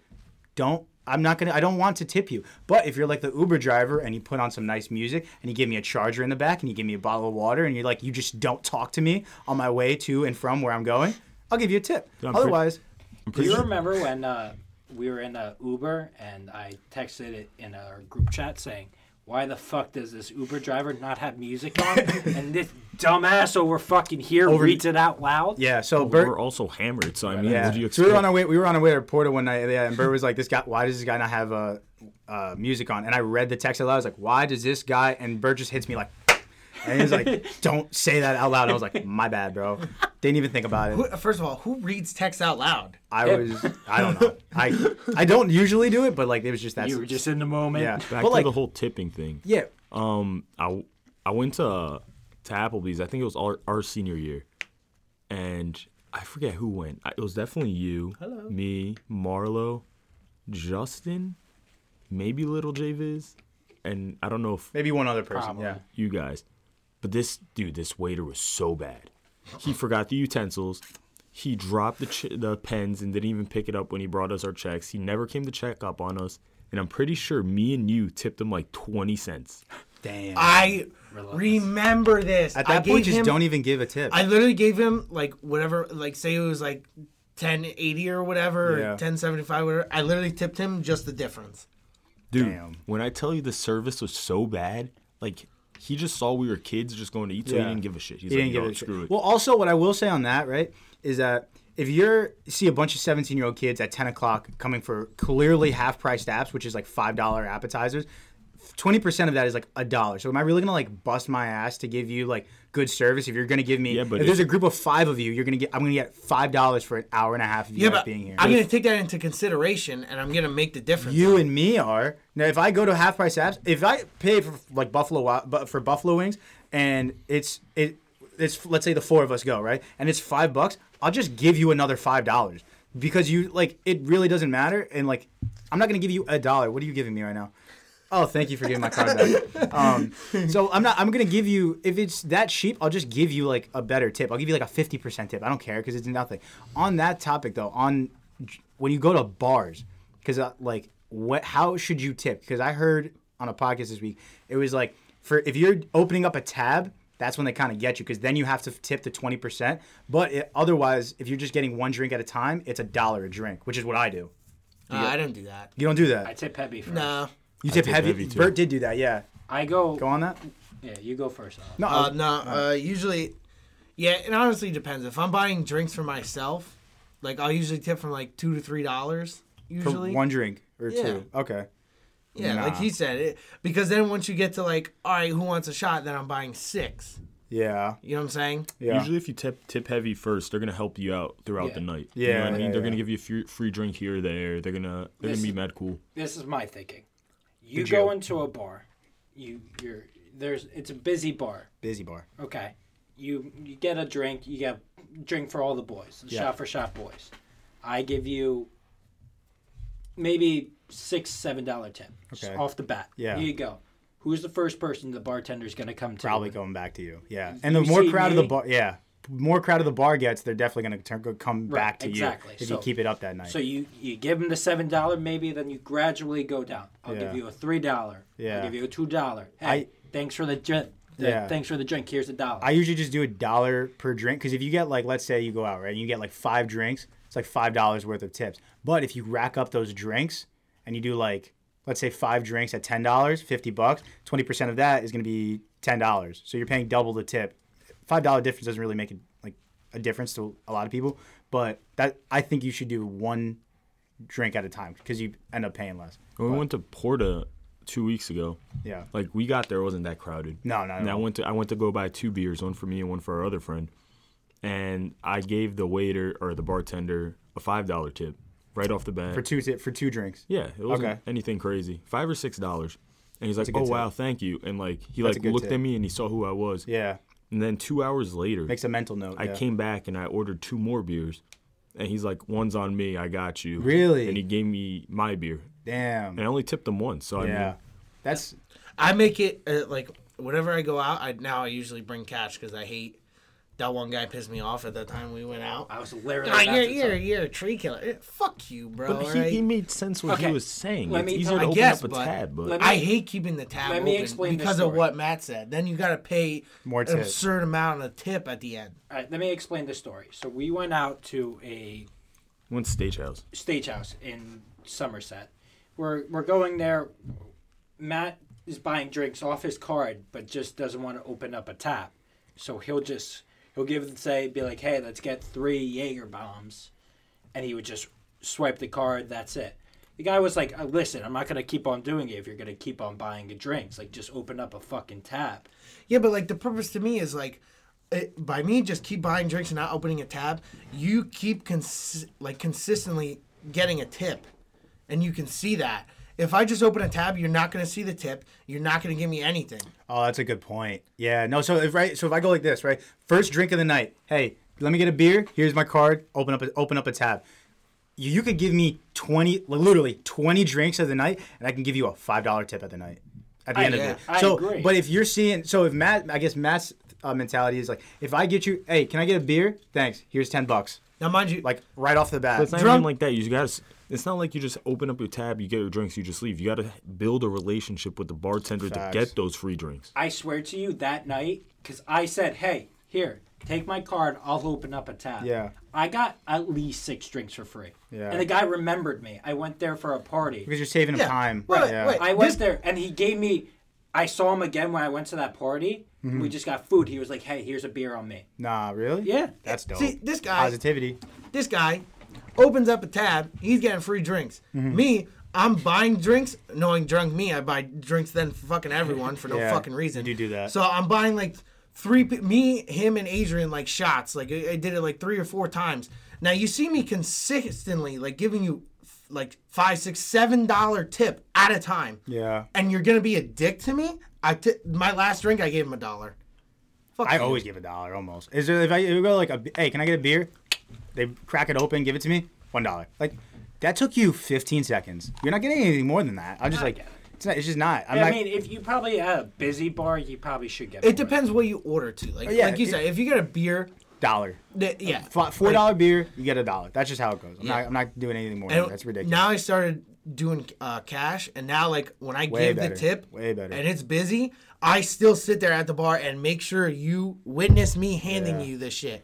don't I'm not gonna I don't want to tip you. But if you're like the Uber driver and you put on some nice music and you give me a charger in the back and you give me a bottle of water and you're like you just don't talk to me on my way to and from where I'm going, I'll give you a tip.
I'm pretty-
Otherwise,
I'm
Do
pretty
you
sure-
remember when uh, we were in a Uber and I texted it in our group chat saying, "Why the fuck does this Uber driver not have music on?" and this dumbass over fucking here
Over-
reads it out loud.
yeah. So
we
Bert,
were also hammered, so I mean,
Yeah.
what do you
so we
expect?
were on our way. We were on our way to Porto one night. Yeah, and Bert was like, "This guy, why does this guy not have uh, uh, music on?" And I read the text out loud. I was like, "Why does this guy?" And Bert just hits me like, and he's like, "Don't say that out loud." And I was like, "My bad, bro. Didn't even think about it.
Who, first of all, who reads text out loud?
I was. I don't know. I I don't usually do it, but like it was just that.
You were just in the moment.
yeah.
Back
but
to
like
the whole tipping thing.
yeah.
Um, I I went to to Applebee's. I think it was our, our senior year, and I forget who went. I, it was definitely you, me, Marlo, Justin, maybe Little Javis, and I don't know if
Maybe one other person.
Probably.
Yeah.
you guys. But this dude, this waiter was so bad. He forgot the utensils. He dropped the ch- the pens and didn't even pick it up when he brought us our checks. He never came to check up on us. And I'm pretty sure me and you tipped him like 20 cents.
Damn.
I remember this.
At
I
that point,
gave
just
him-
don't even give a tip.
I literally gave him like whatever, like say it was like ten eighty or whatever,
Yeah.
or ten seventy five, whatever. I literally tipped him just the difference.
Dude,
Damn.
when I tell you the service was so bad, like he just saw we were kids just going to eat, so
Yeah.
he didn't give a shit. He's
he
like,
didn't give
"Yo,
it a
screw
shit.
it.
Well, also what I will say on that, right, is that if you're see a bunch of 17 year old kids at 10 o'clock coming for clearly half priced apps, which is like five dollar appetizers. 20% of that is like a dollar. So am I really going to like bust my ass to give you like good service if you're going to give me
Yeah, but
if there's
if-
a group of 5 of you, you're going to get I'm going to get $5 for an hour and a half of you
Yeah,
guys
but
being here.
I'm gonna take that into consideration, and I'm gonna make the difference. Uh,
You and me are. Now, if I go to half price apps, if I pay for like Buffalo Wi- bu- for Buffalo wings, and it's it it's let's say the four of us go right, and it's five bucks, I'll just give you another five dollars because you like it really doesn't matter, and like I'm not gonna give you a dollar. What are you giving me right now? Oh, thank you for giving my card back. Um, so I'm not. I'm gonna give you if it's that cheap. I'll just give you like a better tip. I'll give you like a fifty percent tip. I don't care because it's nothing. On that topic though, on when you go to bars, because uh, like what? How should you tip? Because I heard on a podcast this week it was like for if you're opening up a tab. That's when they kind of get you because then you have to tip the 20%. But it, otherwise, if you're just getting one drink at a time, it's a dollar a drink, which is what I do.
Uh, I don't do that. Uh,
You don't do
I
that.
tip heavy first.
No,
You tip,
tip
heavy.
heavy, too.
Bert did do that, yeah.
I go.
Go on that?
Yeah, you go first. Al.
No,
uh, no. Uh, usually, yeah. It honestly depends. If I'm buying drinks for myself, like I'll usually tip from like two to three dollars.
For
Usually,
one drink or
Yeah.
two. Okay.
yeah,
Nah.
like he said, it, because then once you get to like, all right, who wants a shot? Then I'm buying six.
Yeah.
You know what I'm saying?
Yeah.
Usually, if you tip tip heavy first, they're gonna help you out throughout
Yeah.
the night. you
Yeah,
know what I mean.
yeah,
they're
yeah.
gonna give you a free, free drink here or there. They're gonna they're
This-
gonna be mad cool.
this is my thinking. You
Good
go
Joe.
into a bar. You you're there's it's a busy bar.
Busy bar.
Okay. You you get a drink. You get a drink for all the boys.
Yeah.
Shot for shot boys. I give you maybe six seven dollar tip just
Okay.
off the bat.
Yeah.
Here you go. Who's the first person the bartender's gonna come to?
Probably going back to you. Yeah. And the
You
more
see
crowded the
me?
bar, yeah. More crowded the bar gets, they're definitely going to turn go- come back to
exactly.
you if
So-
you keep it up that night.
So you you give them the seven dollar maybe, then you gradually go down. I'll
Yeah.
give you a three dollar.
Yeah.
I'll give you a two dollar. Hey,
I-
thanks for the drink.
Yeah.
Thanks for the drink. Here's a dollar.
I usually just do a dollar per drink because if you get like, let's say you go out, right, and you get like five drinks, it's like five dollars worth of tips. But if you rack up those drinks and you do like, let's say five drinks at ten dollars, fifty bucks, twenty percent of that is going to be ten dollars. So you're paying double the tip. Five dollar difference doesn't really make it like a difference to a lot of people, but that I think you should do one drink at a time because you end up paying less.
When we went to Porta two weeks ago,
Yeah.
like we got there, it wasn't that crowded.
No, not at
And I
all.
went to I went to go buy two beers, one for me and one for our other friend, and I gave the waiter or the bartender a five dollar tip right off the bat.
For two tip for two drinks.
yeah, it wasn't
Okay.
anything crazy, five or six dollars. And he's like,
a
"Oh
good
wow,
tip.
thank you." And like he
That's a
like
good
looked
tip.
at me and he saw who I was.
Yeah.
And then two hours later,
Makes a mental note.
I
yeah.
came back and I ordered two more beers, and he's like, "One's on me. I got you."
Really?
And he gave me my beer,
Damn.
and I only tipped him once. So I
Yeah.
mean,
That's
I make it uh, like whenever I go out, I now I usually bring cash because I hate that one guy pissed me off at that time we went out.
I was literally.
Ah,
about
you're,
to tell-
you're, you're a tree killer. Eh, Fuck you, bro.
But
alright?
he, he made sense what
Okay.
he was saying.
Let
it's
me
easier
tell-
to
I
open
guess,
up a
but-
tab, but
Let me-
I hate keeping the tab
Let
open
me explain this
because of
story.
what Matt said. Then you got to pay
More
an
tip.
absurd amount of tip at the end.
All right, let me explain the story. So we went out to a
he went to Stagehouse.
stagehouse in Somerset. We're we're going there. Matt is buying drinks off his card, but just doesn't want to open up a tap. So he'll just he'll give say be like, hey, let's get three Jaeger bombs, and he would just swipe the card. That's it. The guy was like, "Uh, listen, I'm not gonna keep on doing it if you're gonna keep on buying the drinks. Like, just open up a fucking tap.
Yeah, but like the purpose to me is like, it, by me just keep buying drinks and not opening a tab, you keep cons- like consistently getting a tip, and you can see that. If I just open a tab, you're not gonna see the tip. You're not gonna give me anything.
Oh, that's a good point. Yeah, no. So if right, so if I go like this, right? First drink of the night. Hey, let me get a beer. Here's my card. Open up, a, open up a tab. You, you could give me twenty, literally twenty drinks of the night, and I can give you a five dollar tip at the night. At the
I-
end
yeah,
of it.
I
So,
agree.
but if you're seeing, so if Matt, I guess Matt's uh, mentality is like, if I get you, hey, can I get a beer? Thanks. Here's ten bucks.
Now, mind you,
Like right off the bat.
But it's not
Drunk-
even like that. You got. It's not like you just open up your tab, you get your drinks, you just leave. You got to build a relationship with the bartender
Facts.
to get those free drinks.
I swear to you, that night, because I said, hey, here, take my card. I'll open up a tab.
Yeah.
I got at least six drinks for free.
Yeah.
And the guy remembered me. I went there for a party.
because you're saving him
Yeah,
time.
right,
yeah.
right.
I went
This-
there and he gave me, I saw him again when I went to that party.
Mm-hmm.
We just got food. He was like, hey, here's a beer on me.
Nah, really?
Yeah.
That's dope.
See, this guy-
Positivity.
this guy opens up a tab, he's getting free drinks.
Mm-hmm.
Me, I'm buying drinks, knowing drunk me, I buy drinks then for fucking everyone for no
Yeah,
fucking reason.
you do do that.
So I'm buying like three, pe- me, him, and Adrian like shots. Like I I did it like three or four times. Now you see me consistently like giving you f- like five, six, seven dollar tip at a time.
Yeah.
And you're gonna be a dick to me? I t- my last drink I gave him a dollar. Fuck
I
you.
always give a dollar almost. Is there if I if we go like a hey, can I get a beer? They crack it open, give it to me, one dollar. Like that took you fifteen seconds. You're not getting anything more than that. I'm just like it's not. It's just not. I'm
I
not.
mean, if you probably had a busy bar, you probably should get more.
It depends what you order to. Like
Oh, Yeah,
like you
it-
said, if you get a beer,
dollar.
th- yeah,
F- Four dollar beer, you get a dollar. That's just how it goes. I'm
Yeah.
not. I'm not doing anything more. than
And
that. That's ridiculous.
Now I started doing uh, cash, and now like when I
Way
give
better.
the tip,
Way better.
and it's busy, I still sit there at the bar and make sure you witness me handing
Yeah.
you this shit.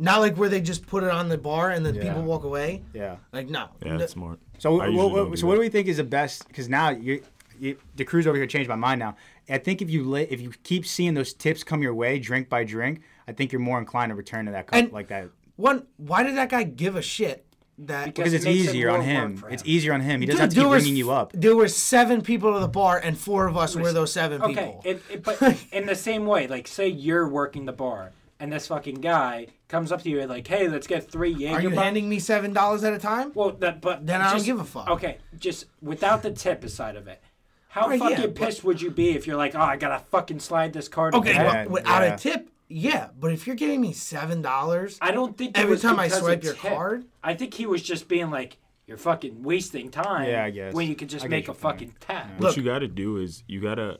Not like where they just put it on the bar and then people walk away.
yeah.
Like no.
Yeah,
No-
that's smart.
So,
I
what,
usually
what,
don't
so what do we think is the best? Because now you, you, the crew's over here changed my mind now. I think if you la- if you keep seeing those tips come your way, drink by drink, I think you're more inclined to return to that cup
And-
like that
One. Why did that guy give a shit? That
Because
because it's
it makes it
easier on
more work
him.
for
It's
him.
easier on him. He doesn't
Dude,
have to keep
there was-
ringing you up.
There were seven people at the bar, and four of us were those seven
Okay,
people.
it, it, but in the same way, like say you're working the bar, and this fucking guy comes up to you and like, "Hey, let's get three Jaeger."
Are you
bombs."
handing me seven dollars at a time?
Well, that, but
Then I don't
just-
give a fuck.
Okay, just without the tip aside of it, how
Right, yeah,
fucking
but-
pissed would you be if you're like, "Oh, I gotta fucking slide this card"?
Okay,
in the back?"
Yeah,
well, without
yeah.
a tip, yeah. But if you're giving me seven dollars,
I don't think it
Every
was
time I
because of
swipe your
tip.
card?
I think he was just being like, "You're fucking wasting time."
Yeah, I guess.
when you could just
I get
make a
your
fucking tap.
What you got to do is you got to.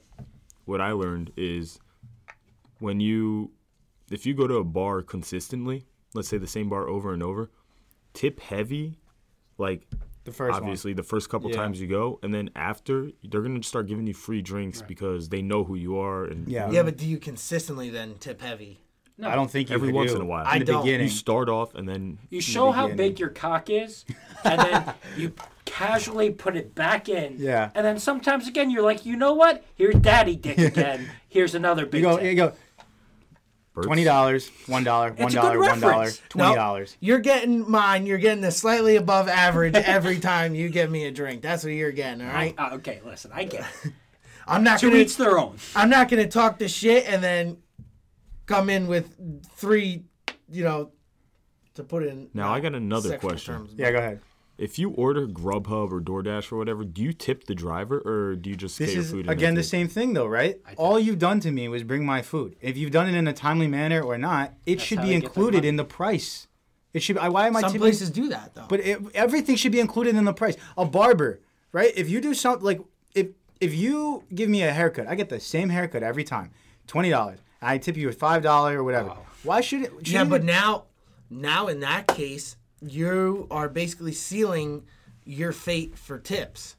What I learned is when you, if you go to a bar consistently, let's say the same bar over and over, tip heavy, like
The first
obviously the first couple
Yeah.
times you go, and then after they're gonna start giving you free drinks because they know who you are and
Yeah.
yeah. But do you consistently then tip heavy?
I don't think you
Every
could
once
do.
in a while.
In
I
the
don't.
beginning,
you start off and then
You show how
beginning.
big your cock is, and then you casually put it back in.
Yeah.
And then sometimes again, you're like, you know what? Here's daddy dick again. Here's another big
you go,
dick."
you go
Burps.
twenty dollars, one dollar, one
It's a good
dollar, one dollar,
reference.
twenty
No,
dollars.
You're getting mine. You're getting the slightly above average every time you give me a drink. That's what you're getting. All
Uh,
right.
Ah, okay, listen, I get it.
I'm not
to
gonna.
each their own.
I'm not gonna talk this shit and then come in with three, you know, to put in.
Now, I got another
sexual
question.
terms.
Yeah, go ahead.
If you order Grubhub or DoorDash or whatever, do you tip the driver or do you just
This
get your
is
food? and
again the
that's it?
same thing though, right? All you've done to me was bring my food. If you've done it in a timely manner or not, it should
how
be
they get their
included
money.
in the price. It should. I- Why am I
Some
tipping-
places do that though.
But it, everything should be included in the price. A barber, right? If you do something like if if you give me a haircut, I get the same haircut every time, twenty dollars. I tip you with five dollar or whatever. Why should it?
Yeah,
shouldn't
but
it-
now, now in that case, you are basically sealing your fate for tips,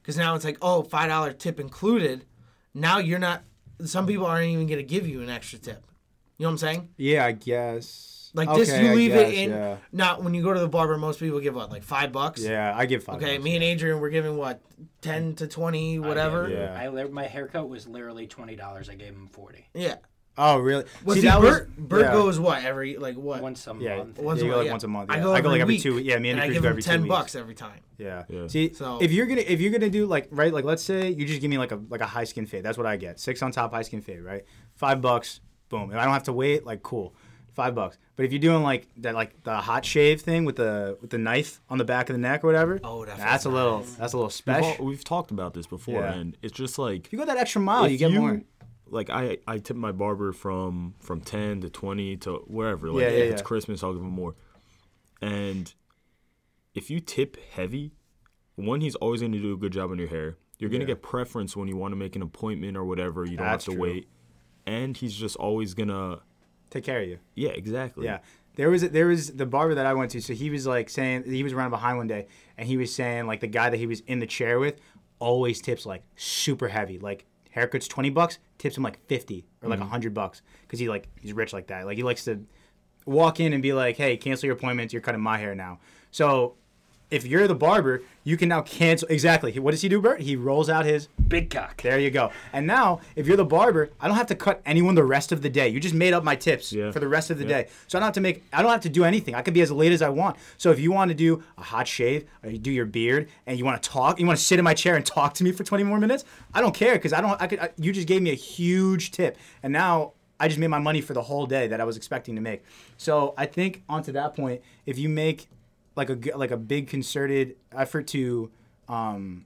because now it's like, oh, five dollar tip included. Now you're not. Some people aren't even gonna give you an extra tip. You know what I'm saying?
yeah, I guess.
Like this,
Okay,
you
I
leave
guess,
it in.
Yeah,
Not when you go to the barber, most people give what, like five bucks.
yeah I give five.
Okay,
bucks.
me and Adrian were giving what, ten to twenty, whatever.
Yeah.
I li- my haircut was literally twenty dollars. I gave him forty
yeah.
Oh, really?
Well, see,
that
Bert, Bert
yeah.
goes what every like what
once a
Yeah,
month.
once
yeah,
a
you go
month,
like
yeah.
once a month.
I
Yeah.
go every, week,
two. Yeah, me and,
and I
Cruz
give
go
him
every two
ten
weeks.
bucks every time.
Yeah.
Yeah.
See,
So-
if you're gonna if you're gonna do like right like let's say you just give me like a like a high skin fade. That's what I get. Six on top, high skin fade. Right. Five bucks. Boom. And I don't have to wait. Like cool. Five bucks. But if you're doing like that like the hot shave thing with the with the knife on the back of the neck or whatever.
Oh, that
That's
feels
a little that's a little
We've,
special.
all- we've talked about this before,
Yeah.
and it's just like
If you go that extra mile, you
if
get more.
Like I, I tip my barber from from ten to twenty to wherever. Like
Yeah, yeah,
if it's
yeah.
Christmas, I'll give him more. And if you tip heavy, one, he's always going to do a good job on your hair. You're going to get preference when you want to make an appointment or whatever. You don't
That's
have to
true.
wait. And he's just always gonna.
Take care of you.
Yeah, exactly.
Yeah. There was there was the barber that I went to. So he was like saying he was running behind one day, and he was saying like the guy that he was in the chair with always tips like super heavy. Like haircuts twenty bucks, tips him like fifty or like a hundred bucks because he like he's rich like that. Like he likes to walk in and be like, hey, cancel your appointments. You're cutting my hair now. So if you're the barber, you can now cancel exactly. What does he do, Bert? He rolls out his
Big cock.
there you go. And now, if you're the barber, I don't have to cut anyone the rest of the day. You just made up my tips
Yeah.
for the rest of the
Yeah.
day. So I don't have to make. I don't have to do anything. I can be as late as I want. So if you want to do a hot shave, or you do your beard, and you want to talk, you want to sit in my chair and talk to me for 20 more minutes, I don't care because I don't. I could. I, you just gave me a huge tip, and now. I just made my money for the whole day that I was expecting to make. So I think onto that point, if you make like a g- like a big concerted effort to um,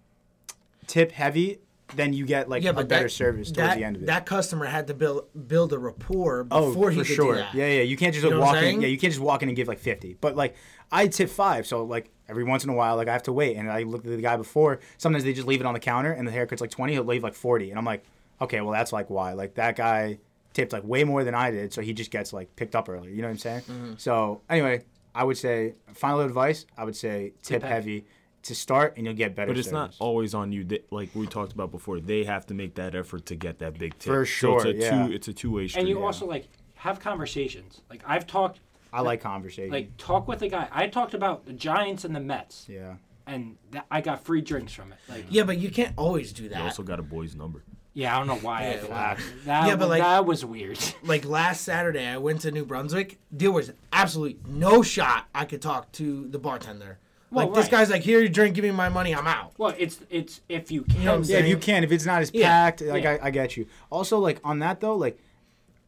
tip heavy, then you get like
Yeah,
a
but
better
that,
service towards
that,
the end of it.
That customer had to build build a rapport
oh,
before he
for
could do
sure.
that.
Yeah, yeah. You can't just
know what I'm
walk in.
saying?
Yeah, you can't just walk in and give like fifty. But like I tip five, so like every once in a while, like I have to wait. And I look at the guy before. Sometimes they just leave it on the counter, and the haircut's like twenty. He'll leave like forty, and I'm like, okay, well that's like why. Like that guy tipped like way more than I did, so he just gets like picked up early. You know what I'm saying?
Mm-hmm.
So anyway, I would say final advice. I would say tip
heavy.
heavy to start, and you'll get better.
But it's not
service.
always on you. They, like we talked about before, they have to make that effort to get that big tip.
For
So
sure,
it's a
yeah.
two. It's a two-way street.
And you also like have conversations. Like I've talked,
I like conversation.
like talk with a guy. I talked about the Giants and the Mets,
yeah.
and that, I got free drinks from it. Like
Yeah, but you can't always do that.
You also got a boy's number.
yeah, I don't know why. I
Yeah,
did
wow.
that. That,
Yeah, but, like-
that was weird.
like last Saturday, I went to New Brunswick. There was absolutely no shot I could talk to the bartender.
Well,
like this
right.
guy's like, "Here, you drink. Give me my money. I'm out."
Well, it's it's if you can.
know what I'm
Yeah, if
saying?
you can, if it's not as
Yeah.
packed, like
Yeah.
I, I get you. Also, like on that though, like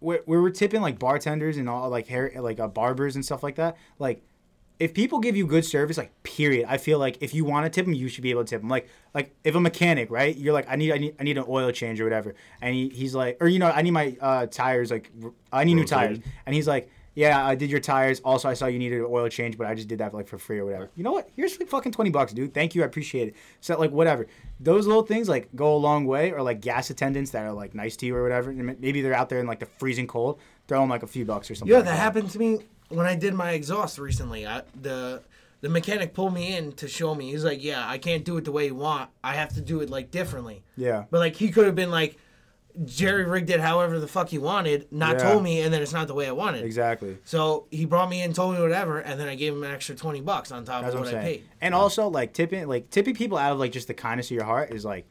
where, where we're tipping like bartenders and all like hair, like uh, barbers and stuff like that. Like if people give you good service, like period, I feel like if you want to tip them, you should be able to tip them. Like like if a mechanic, right? You're like, I need I need I need an oil change or whatever, and he, he's like, or you know, I need my uh, tires like r- I need new
Rotated.
tires, and he's like. Yeah, I did your tires. Also, I saw you needed an oil change, but I just did that like for free or whatever. You know what? Here's like fucking twenty bucks, dude. Thank you, I appreciate it. So like whatever, those little things like go a long way. Or like gas attendants that are like nice to you or whatever. And m- maybe they're out there in like the freezing cold. Throw them like a few bucks or something.
Yeah,
like
that happened to me when I did my exhaust recently. I, the the mechanic pulled me in to show me. He's like, "Yeah, I can't do it the way you want. I have to do it like differently."
Yeah.
But like he could have been like, Jerry rigged it however the fuck he wanted, not
Yeah.
told me, and then it's not the way I wanted.
Exactly.
So he brought me in, told me whatever, and then I gave him an extra twenty bucks on top
That's
of
what
what,
I'm
I
saying.
paid.
And also like tipping, like tipping people out of like just the kindness of your heart is like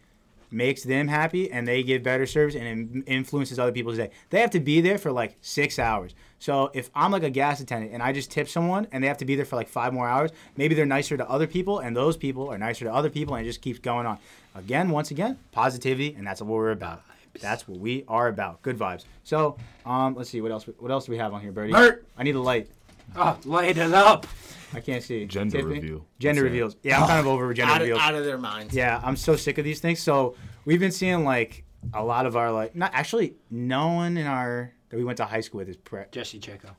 makes them happy and they give better service and it influences other people's day. They have to be there for like six hours. So if I'm like a gas attendant and I just tip someone and they have to be there for like five more hours, maybe they're nicer to other people and those people are nicer to other people and it just keeps going on. Again, once again, positivity and that's what we're about. That's what we are about. Good vibes. So, um, let's see what else. What else do we have on here, Birdie?
Bert!
I need a light.
Oh, light it up.
I can't see.
Gender
Tiffany?
reveal.
Gender
That's it.
reveals. Yeah, I'm kind of over gender
Out of,
reveals.
out of their minds.
Yeah, I'm so sick of these things. So we've been seeing like a lot of our like not actually no one in our that we went to high school with is pre-
Jesse Checo.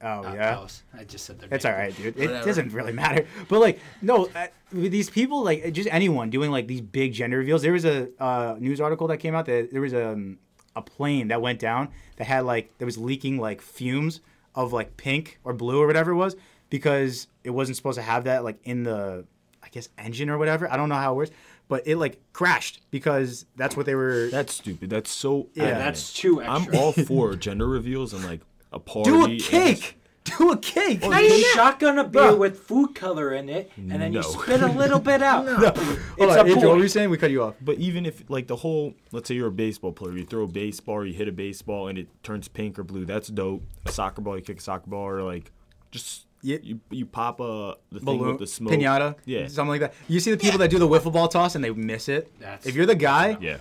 Oh
Not
yeah.
Palace. I just said their
It's all
name.
right, dude. It
Whatever.
doesn't really matter. But like, no, uh, with these people, like, just anyone doing like these big gender reveals. There was a uh, news article that came out that there was a um, a plane that went down that had like that was leaking like fumes of like pink or blue or whatever it was because it wasn't supposed to have that like in the I guess engine or whatever. I don't know how it works, but it like crashed because that's what they were.
That's stupid. That's so.
Yeah,
adamant.
that's too
I'm
extra.
all for gender reveals and like a party.
do a
and
cake. Do a cake. Not
You
even that.
shotgun a beer with food color in it, and then you
No.
spit a little bit out.
Hold
It's
on,
a
Andrew, what were you
point.
saying? We cut you off.
But even if like the whole, let's say you're a baseball player, you throw a baseball, you hit a baseball, and it turns pink or blue. That's dope. A soccer ball, you kick a soccer ball, or like just
Yeah.
you you pop a the thing
balloon
with the smoke
pinata,
Yeah,
something like that. You see the people that do the wiffle ball toss and they miss it.
That's-
if you're the guy,
yeah.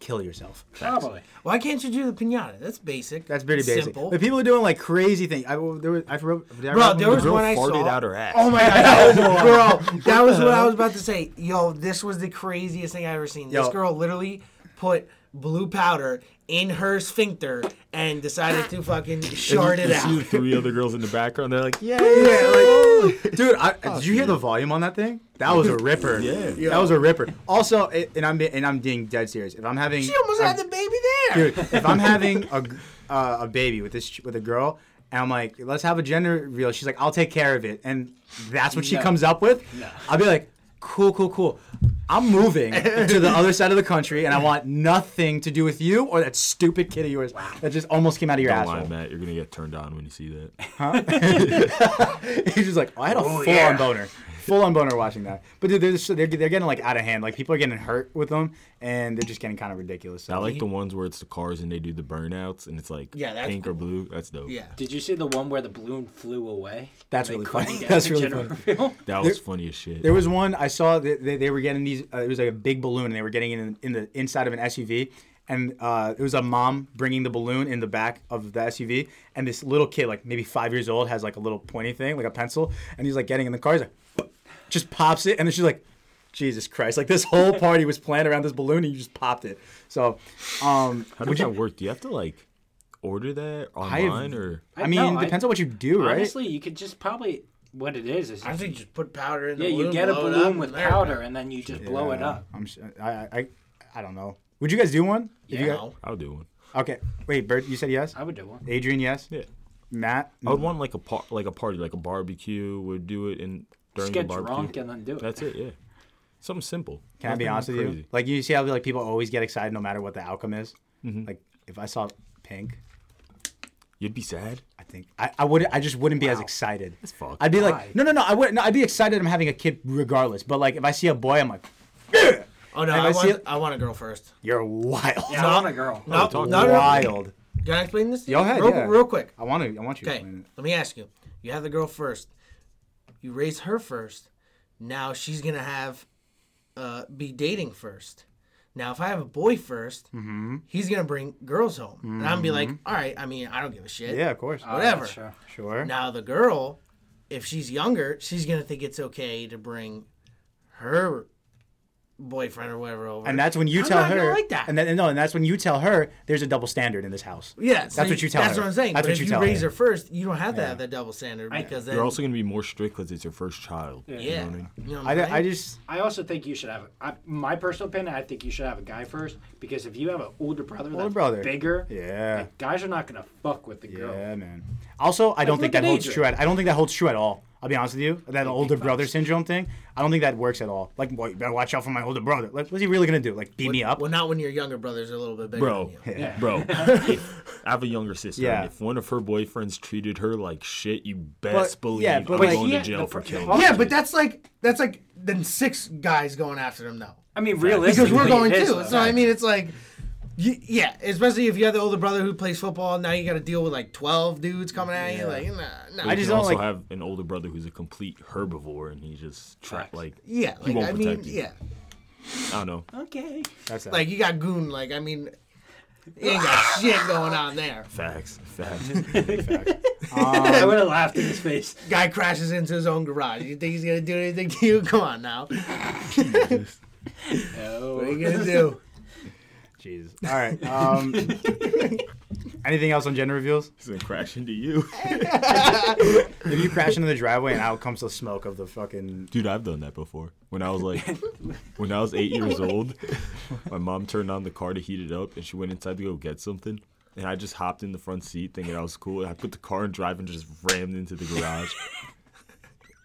kill yourself.
Probably.
Why can't you do the pinata? That's basic.
That's pretty basic.
Simple.
The people are doing like crazy things. I well, there was I wrote. did I
Bro,
write
there
one?
was
Girl
one I
farted
saw.
out her ass.
Oh my god, that was- bro, that was what I was about to say. Yo, this was the craziest thing I ever seen. This
Yo.
girl literally put blue powder in her sphincter and decided to fucking shard
You
it
see the
out.
three other girls in the background. They're like, yeah,
Yeah, like, dude, I, did you hear
Oh,
the volume on that thing? That was a ripper.
Yeah.
that was a ripper. Also, it, and I'm be- and I'm being dead serious. If I'm having,
She almost
a-
had the baby there.
dude, if I'm having a g- uh, a baby with this ch- with a girl. And I'm like, let's have a gender reveal. She's like, I'll take care of it, and that's what she
No.
comes up with. I'll be like, cool, cool, cool. I'm moving to the other side of the country, and I want nothing to do with you or that stupid kid of yours that just almost came out of your
Don't lie,
asshole.
Matt. You're gonna get turned on when you see that.
He's just like, oh, I had a full on boner, full on boner watching that. But dude, they're, just, they're they're getting like out of hand. Like people are getting hurt with them, and they're just getting kind of ridiculous. So
I like the ones where it's the cars and they do the burnouts and it's like
Yeah, that's
pink or blue. That's dope.
Yeah.
Did you see the one where the balloon flew away?
That's
They
really
couldn't
funny.
get
That's
the
really
general
funny.
reveal?
That was funny as shit.
There was one I saw that they, they were getting these. Uh, it was like a big balloon, and they were getting it in, in the inside of an SUV. And uh, it was a mom bringing the balloon in the back of the SUV, and this little kid, like maybe five years old, has like a little pointy thing, like a pencil, and he's like getting in the car. He's like, just pops it, and then she's like, "Jesus Christ!" Like this whole party was planned around this balloon, and you just popped it. So, um,
How
would
does
you-
that work? Do you have to like order that
I have-
online or?
I
I-
mean,
no, I-
depends on what you do, right?
Honestly, you could just probably what it is is
I think just put powder in the
yeah,
balloon.
you get a
blow it
balloon
up,
with
and there.
powder and then you just blow it
Yeah,
up.
I'm. su- I, I. I- I don't know. Would you guys do one? If
Yeah.
you guys-
I'll do one.
Okay. Wait, Bert, you said yes.
I would do one.
Adrian, yes.
Yeah.
Matt,
I would want like a par- like a party, like a barbecue. Would do it in during
Just get
the barbecue.
drunk and then do it.
That's it. Yeah. Something simple.
can I be
Nothing
honest with you?
crazy.
Like you see how like people always get excited no matter what the outcome is. Like if I saw pink,
You'd be sad.
I think I, I would I just wouldn't be as excited. That's
fucked.
I'd be
Why?
like, no, no, no. I would no, I'd be excited. I'm having a kid regardless. But like if I see a boy, I'm like,
Oh no,
And
I,
I see
want
it-
I want a girl first.
you're wild.
Yeah, I want a girl.
No, no,
talking
no, no.
wild.
Can I explain this? to you?
Go ahead,
Real,
yeah.
real quick.
I want to. I want you. to
Okay,
explain it.
let me ask you. You have the girl first. You raise her first. Now she's gonna have, uh, be dating first. Now if I have a boy 1st
Mm-hmm.
he's gonna bring girls home, and I'm gonna be like, all right. I mean, I don't give a shit.
Yeah, of course.
Whatever.
Sure.
sure.
Now the girl, if she's younger, she's gonna think it's okay to bring her boyfriend or whatever over.
And that's when you
I'm
tell
not gonna
her.
like that.
And then no, and that's when you tell her. There's a double standard in this house.
yeah, so
That's what you tell
That's
her.
what I'm saying.
That's
but
what
if
you
you,
tell
raise
her.
her. first, you don't have to have that double standard because then
You're also gonna be more strict because it's your first child.
yeah. You know what I'm saying?
I, I just
I also think you should have. I, my personal opinion, I think you should have a guy first because if you have an older brother that's
brother.
bigger,
Yeah.
like, guys are not gonna fuck with the girl.
Yeah, man. Also, I don't think
look
that
at
holds
Adrian.
true. At, I don't think that holds true at all. I'll be honest with you. That older brother syndrome thing, I don't think that works at all. Like, boy, you better watch out for my older brother. Like, what's he really gonna do? Like, beat me up?
Well, not when your younger brothers are a little bit bigger.
Bro,
Than you.
bro. if I have a younger sister.
Yeah.
And if one of her boyfriends treated her like shit, you best believe
yeah, but
I'm
like-
going
Yeah,
to jail
the
for
pr-
killing.
the
you.
Yeah, but that's like that's like then six guys going after them though,
I mean,
because
realistically,
we're going
it is,
too.
though.
So I mean, it's like, y- yeah, especially if you have the older brother who plays football. Now you got to deal with like twelve dudes coming at you. Like, nah, nah.
I
just
just
don't
also
like-
have an older brother who's a complete herbivore, and he just tra-
Facts.
like
yeah,
he
like
won't
I mean,
protect you.
yeah,
I don't know.
Okay.
That's that.
like you got goon. Like I mean, you ain't got shit going on there.
Facts, facts.
I would have laughed in his face.
Guy crashes into his own garage. You think he's gonna do anything to you? Come on now, what
No.
are you gonna do?
Jesus. All right. Um, anything else on gender reveals?
He's gonna crash into you,
If you crash into the driveway and out comes the smoke of the fucking
dude. I've done that before. When I was like, when I was eight years old, my mom turned on the car to heat it up, and she went inside to go get something. And I just hopped in the front seat thinking I was cool. And I put the car in drive and just rammed into the garage.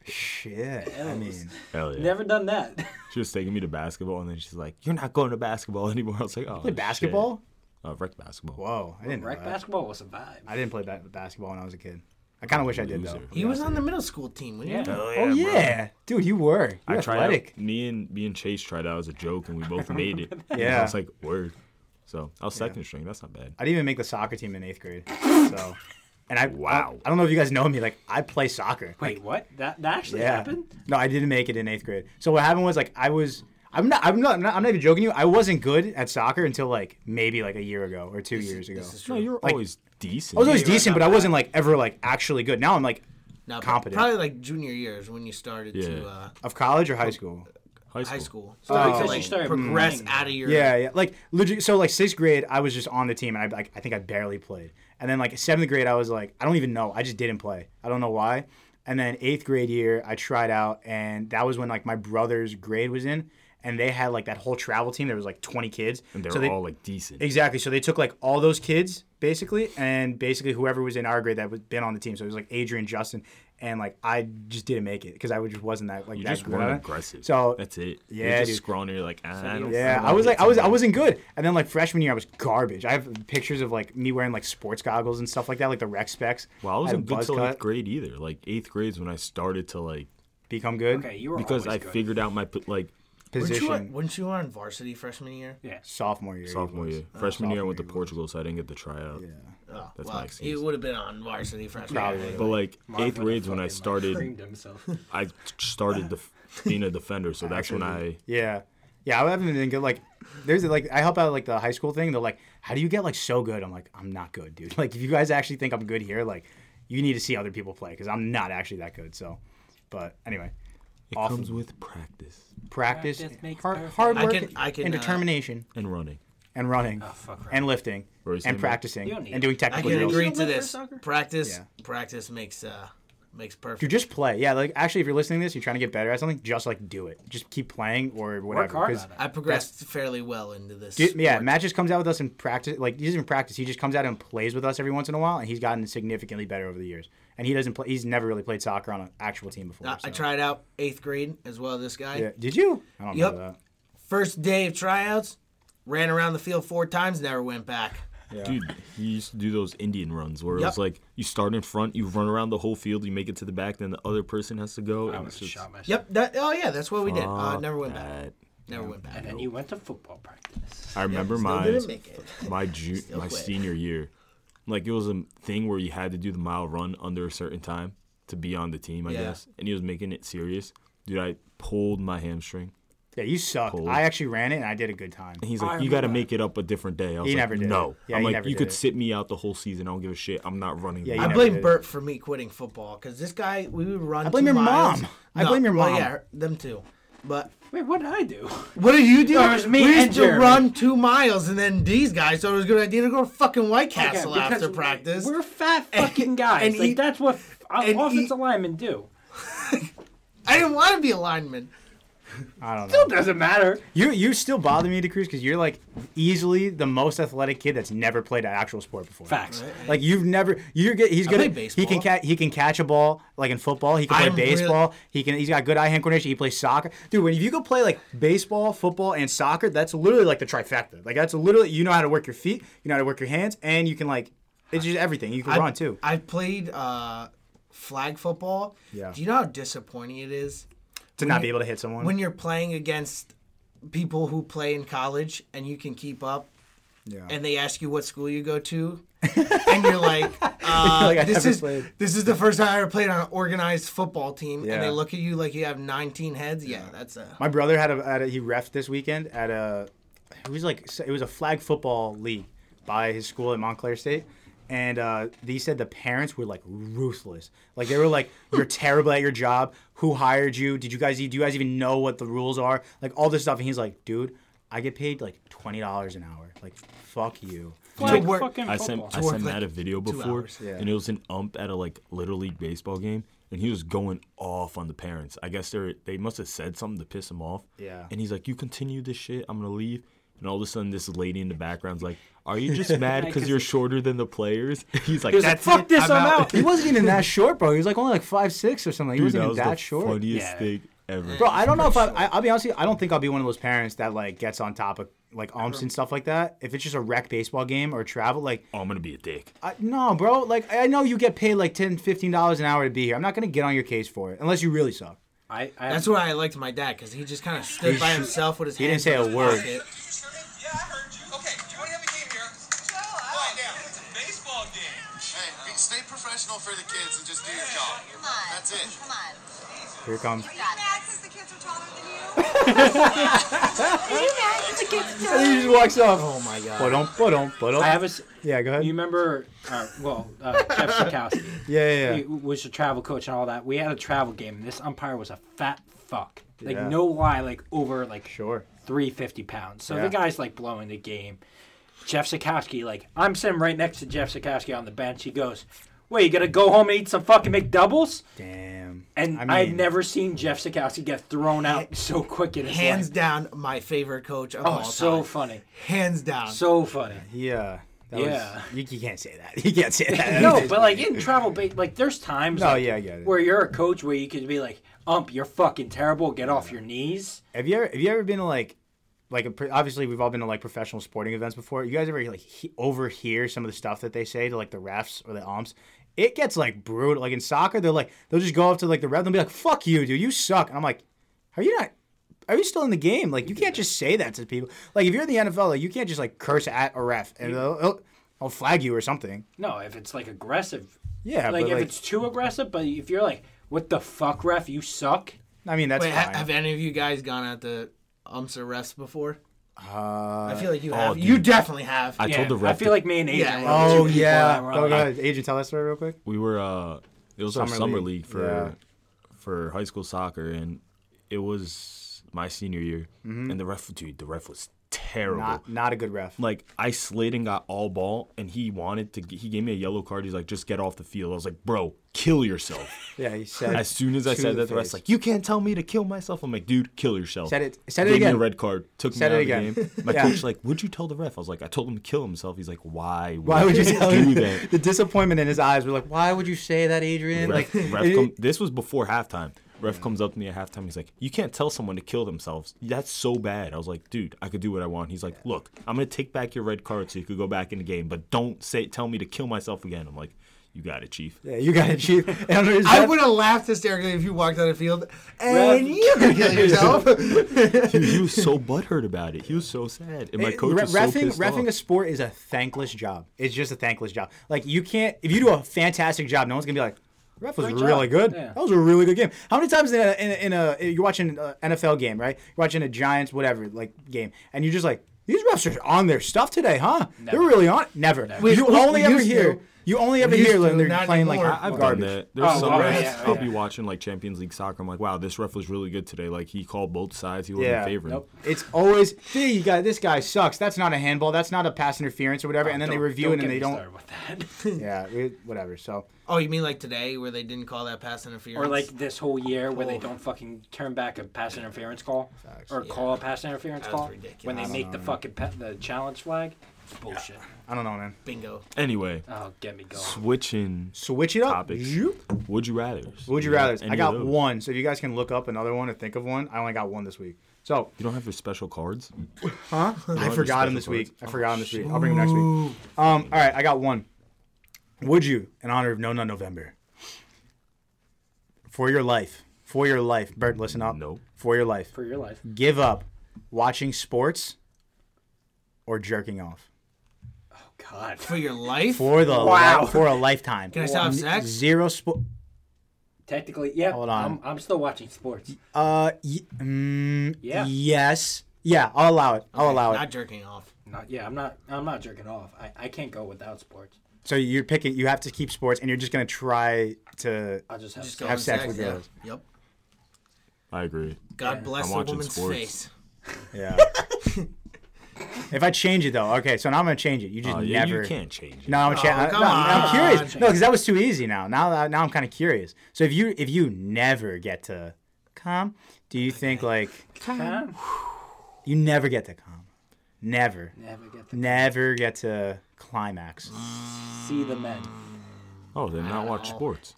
shit. I mean,
Hell yeah.
Never done that.
She was taking me to basketball, and then she's like, "You're not going to basketball anymore." I was like, "Oh,
play basketball?
Shit. Uh, rec basketball."
Whoa, I didn't. Know
Rec
that.
basketball was a vibe.
Uh, I didn't play ba- basketball when I was a kid. I kind of wish I did though.
Loser.
He was on the middle school team. What do you
Yeah.
Oh
Oh yeah, dude, you were. You
I
were
tried
athletic.
out, me and me and Chase tried out as a joke, and we both made it. And
Yeah.
I was like, "Word." So I was second string. That's not bad.
I didn't even make the soccer team in eighth grade. So, and I
Wow.
I, I don't know if you guys know me. Like I play soccer.
Wait, what? That that actually
Yeah.
happened?
No, I didn't make it in eighth grade. So what happened was like I was. I'm not, I'm not. I'm not. I'm not even joking. You. I wasn't good at soccer until like maybe like a year ago or two years ago.
No, you're
Like-
always decent.
I was always
you were
decent,
not
but I wasn't like ever like actually good. Now I'm like
No, pro-
Competent.
Probably like junior years when you started to
Yeah.
uh,
of college or high school.
high school.
So
Started
Oh, because
to,
you
like,
started
progress
growing.
out of your
Yeah, yeah. Like legit. So like sixth grade, I was just on the team, and I like I think I barely played. And then like seventh grade, I was like I don't even know. I just didn't play. I don't know why. And then eighth grade year, I tried out, and that was when like my brother's grade was in, and they had like that whole travel team. There was like twenty kids,
and they were
so they,
all like decent.
Exactly. So they took like all those kids basically, and basically whoever was in our grade that was been on the team. So it was like Adrian, Justin, and like I just didn't make it because I just wasn't that like
you
that
just
good
weren't
at it.
aggressive.
So
that's it.
yeah,
you're just
dude.
scrawny. You're like, ah, I don't.
yeah,
don't
I was
get
like, I was, I
somebody."
wasn't good. And then like freshman year, I was garbage. I have pictures of like me wearing like sports goggles and stuff like that, like the rec specs.
Well, I
had a
wasn't good
buzz
till
cut.
eighth grade either. Like eighth grade's when I started to like
Become good.
Okay, you were
because I
always good.
figured out my p- like
Weren't you, on,
Position
weren't you on varsity freshman year?
Yeah.
sophomore year.
sophomore
it was. Uh, Oh,
year. Freshman year, I
sophomore
went to
year
Portugal, so I didn't get the tryout. Yeah.
Oh,
That's my
well,
excuse.
you would have been on varsity freshman
Probably.
year.
But like eighth
Marvin
grade's when I
fucking, like,
started,
creamed himself.
I started def- being a defender. So that's when I
Yeah. Yeah, I haven't been good. Like, there's like, I help out like the high school thing. They're like, "How do you get like so good?" I'm like, "I'm not good, dude. Like, if you guys actually think I'm good here, like, you need to see other people play because I'm not actually that good." So, but anyway,
it
Awesome.
comes with practice
practice,
Practice makes
hard,
perfect.
hard
I
work,
can- I can,
and
uh,
determination,
and running.
and running,
Oh, fuck right.
and lifting,
Or is
and
it-
practicing,
You don't need
and
it.
doing
I
technical
can
drills.
agree to
little bit for
this.
soccer?
Practice,
Yeah.
practice makes uh makes perfect.
Dude, just play. Yeah, like actually, if you're listening to this, you're trying to get better at something, just like do it. Just keep playing or whatever.
hard
'cause
at it.
I progressed fairly well into this.
Dude, yeah,
sport.
Matt just comes out with us and practice. Like he doesn't even practice. He just comes out and plays with us every once in a while, and he's gotten significantly better over the years. And he doesn't play. He's never really played soccer on an actual team before.
I, I
so.
tried out eighth grade as well. This guy,
Yeah. Did you? I don't
Yep.
know
first day of tryouts, ran around the field four times, never went back.
that. Yeah.
Dude, he used to do those Indian runs where
Yep.
it's like you start in front, you run around the whole field, you make it to the back, then the other person has to go.
I
and
was
it's just
shot myself.
Yep. That, oh yeah, that's what we did. Uh,
fuck
never went back.
that.
Never went back.
And then you went to football practice.
I remember
Still
my
didn't make it.
my ju-
Still
my
quit.
senior year, like it was a thing where you had to do the mile run under a certain time to be on the team, I
Yeah.
guess. And he was making it serious, dude. I pulled my hamstring.
Yeah, you sucked.
Pulled.
I actually ran it and I did a good time.
And he's like, "You got to make it up a different day." I was
He
like,
never did
"No."
it. Yeah,
I'm
he
like,
never
"You
did
could
it.
sit me out the whole season. I don't give a shit. I'm not running."
Yeah,
the
you
I
mile."
never
blame
did.
Bert for me quitting football because this guy, we would run. I
blame your mom. I blame your mom.
yeah, her- them too. But
Wait, what did I do?
what did you do?
It was me
we used
and
to
Jeremy.
run two miles, and then these guys thought it was a good idea to go to fucking White Castle
Okay, because
after practice.
We're fat fucking guys.
and
like
eat-
that's what uh,
and
offensive
eat-
linemen do.
I didn't want to be a lineman.
I don't
It
know.
doesn't matter.
You you still bother me, DeCruz, because you're like easily the most athletic kid that's never played an actual sport before.
Facts.
Like you've never, you're good. He's good.
play
At, he can
baseball.
catch. He can catch a ball like in football. He can play
I'm really-
baseball. he can. He's got good eye hand coordination. He plays soccer, dude. When if you could play like baseball, football, and soccer, that's literally like the trifecta. Like that's literally you know how to work your feet, you know how to work your hands, and you can like it's just everything. You can
I-
run too.
I played uh, flag football.
Yeah.
Do you know how disappointing it is
To not be able to hit someone.
when you're playing against people who play in college and you can keep up,
yeah.
and they ask you what school you go to, and you're like, uh,
Like, I
"This
never
is
played.
this is the first time I ever played on an organized football team,"
Yeah.
and they look at you like you have 19 heads. Yeah, that's uh, a.
My brother had a, had a he refed this weekend at a it was like it was a flag football league by his school at Montclair State. And uh, they said the parents were like ruthless. Like they were like, "You're terrible at your e, job. Who hired you? Did you guys? Do you guys even know what the rules are? Like all this stuff." And he's like, "Dude, I get paid like twenty dollars an hour. Like, fuck you.
Like
work-
fucking
I sent
football.
I
Worth
sent
like
Matt a video
two
before,
hours.
Yeah.
and it was an ump at a like little league baseball game, and he was going off on the parents. I guess they are they must have said something to piss him off.
Yeah.
And he's like, "You continue this shit, I'm gonna leave." And all of a sudden, this lady in the background's like, "Are you just mad because you're shorter than the players?" He's like,
He was like,
"That's
"Fuck
it,
this, I'm out."
He wasn't even that short, bro. He was like only like five six or something. He
Dude,
wasn't
that
even
was
that
the
short.
funniest
Yeah.
thing ever.
Bro, I don't know if I, I. I'll be honest with you. I don't think I'll be one of those parents that like gets on top of like umps and stuff like that. If it's just a rec baseball game or travel, like
Oh, I'm gonna be a dick.
I, no, bro. Like I know you get paid like 10 dollars an hour to be here. I'm not gonna get on your case for it unless you really suck.
I, I,
That's why I liked my dad because he just kind of stood by himself with his
He
hands
didn't say
in
a
his
word.
pocket.
Yeah, I heard you. Okay, do you want to have a game here? Quiet down. It's a baseball game.
Hey, be, stay professional for the kids and just do your job.
Come on.
That's it.
Come on.
Here comes.
You mad because the kids are taller than you? Are you mad because the kids are taller?
He just walks off.
Oh my god.
But don't, but don't, but
I have a. s-
Yeah, go ahead.
You remember? Uh, well, uh, Jeff Sikowski.
yeah, yeah,
he
yeah.
was a travel coach and all that. We had a travel game. And this umpire was a fat fuck. Like
Yeah.
no lie, like over like
Sure.
350 pounds. So
Yeah.
the guy's like blowing the game. Jeff Sikowski, like I'm sitting right next to Jeff Sikowski on the bench. He goes, "Wait, you gonna go home and eat some fucking McDoubles?"
Damn.
And I
I
have
mean-
never seen Jeff Sikowski get thrown out so quick in his
Hands
life.
down, my favorite coach of all
Oh, so
time.
funny,
Hands down.
so funny.
Yeah. That
Yeah.
Was, you, you can't say that. You can't say that.
no, but like in travel, ba- like there's times
No,
like,
yeah, I get it.
where you're a coach where you could be like, "Ump, you're fucking terrible. Get off your knees."
Have you ever have you ever been to like like a, pr- obviously we've all been to like professional sporting events before. You guys ever like he, overhear some of the stuff that they say to like the refs or the umps? It gets like brutal. Like in soccer, they're like they'll just go up to like the ref and be like, "Fuck you, dude, you suck." And I'm like, "Are you not? Are you still in the game? Like you can't just say that to people. Like if you're in the NFL, like, you can't just like curse at a ref and they'll, they'll, they'll flag you or something."
No, if it's like aggressive.
Yeah,
like
but,
if
like-
it's too aggressive, but if you're like, what the fuck, ref, you suck.
I mean, that's
Wait, ha-
fine.
have any of you guys gone at the umps or refs before?
uh,
I feel like you have.
dude.
You definitely have.
I
Yeah,
told the ref
I feel
to-
like me and Adrian.
Yeah.
were the two
oh
people
yeah.
that were
Oh,
like-
go ahead. Agent, tell that story real quick.
we were uh it was our
Summer
summer
league,
league, for
yeah.
for high school soccer and it was my senior year and the ref dude the ref was terrible
Mm-hmm. Not not a good ref.
like I slid and got all ball and he wanted to g- he gave me a yellow card he's like just get off the field I was like bro kill yourself
Yeah, he said.
as soon as I
to
said
the
that the rest
face.
like you can't tell me to kill myself I'm like dude kill yourself
Said it- said it
gave
again.
me a red card took
Said
me
it
out of the
again.
game my
Yeah.
coach like would you tell the ref I was like I told him to kill himself he's like why
Why would you tell
do
him?
that
The disappointment in his eyes were like, "Why would you say that, Adrian?"
Ref,
like,
ref
it-
come, this was before halftime. Ref comes up to me at halftime. He's like, "You can't tell someone to kill themselves. That's so bad." I was like, "Dude, I could do what I want." He's like, "Look, I'm gonna take back your red card so you could go back in the game, but don't say tell me to kill myself again." I'm like, "You got it, chief."
yeah, you got it, chief. And under his
I
ref-
would have laughed hysterically if you walked on the field and you could kill yourself.
Dude, he was so butthurt about it. He was so sad, and my
it-
coach
re-
was so
refing,
pissed
refing a
off.
sport is a thankless job. It's just a thankless job. Like you can't if you do a fantastic job, no one's gonna be like, "Ref was
Great job."
really good.
Yeah.
That was a really good game." How many times in a, in a, in a you're watching an NFL game, right? You're watching a Giants whatever like game, and you're just like, "These refs are on their stuff today, huh? They're really on." it." Never. You
We-
only
we
ever
used
hear.
to.
You only ever
used
hear when
to,
they're
not
playing
anymore.
like
I, I've
garbage.
done that. There's
Oh,
some
oh,
refs
yeah,
I'll
yeah.
be watching like Champions League soccer. I'm like, "Wow, this ref was really good today. Like he called both sides. He wasn't
Yeah.
favoring."
Nope.
It's always see you guy. This guy sucks. That's not a handball. That's not a pass interference or whatever. and then they
Oh, Don't-
review
don't
it
get
and they
me
don't.
started With that.
Yeah, we- whatever. So
Oh, you mean like today where they didn't call that pass interference?
or like this whole year where they don't fucking turn back a pass interference call or call a pass interference
That was
call when
ridiculous.
they make the fucking pe- the challenge flag. It's bullshit.
I don't know, man.
bingo.
Anyway,
Oh, get me going.
switching
Switch it up.
topics.
Zoop.
Would you rather?
Would you rather? I got one. So if you guys can look up another one or think of one, I only got one this week. So
You don't have your special cards.
I
have
forgot him this
special
week. I
cards?
forgot him this
Oh,
week. I'll bring him next week. Um, all right, I got one. Would you, in honor of No Nut November, for your life, for your life, Bert, listen up.
Nope.
For your life,
For your life.
give up watching sports or jerking off.
Oh God.
For your life?
For the
Wow.
li- for a lifetime.
Can I still have sex?
Zero sport.
Technically, yeah.
Hold on.
I'm, I'm still watching sports.
Uh, y- mm,
Yeah.
Yes. Yeah, I'll allow it. I'll allow it.
Not jerking off.
Not, yeah, I'm not. I'm not jerking off. I, I can't go without sports.
So you're picking. You have to keep sports, and you're just gonna try to.
I'll just have.
Just go
Have
on
sex with
yeah.
girls.
Yep.
I agree.
God bless
I'm
the
watching
woman's
sports.
face.
Yeah. If I change it though, okay. So now I'm gonna change it. You just
Oh,
Uh, you-
never.
you can't change it.
No, I'm gonna change.
come
no, I'm
on.
I'm curious. No, because that was too easy. Now, now, now I'm kind of curious. So if you if you never get to calm, do you think like
Huh?
you never get to calm, never,
Never get to
never get to climax?
see the men.
Oh, then not watch sports.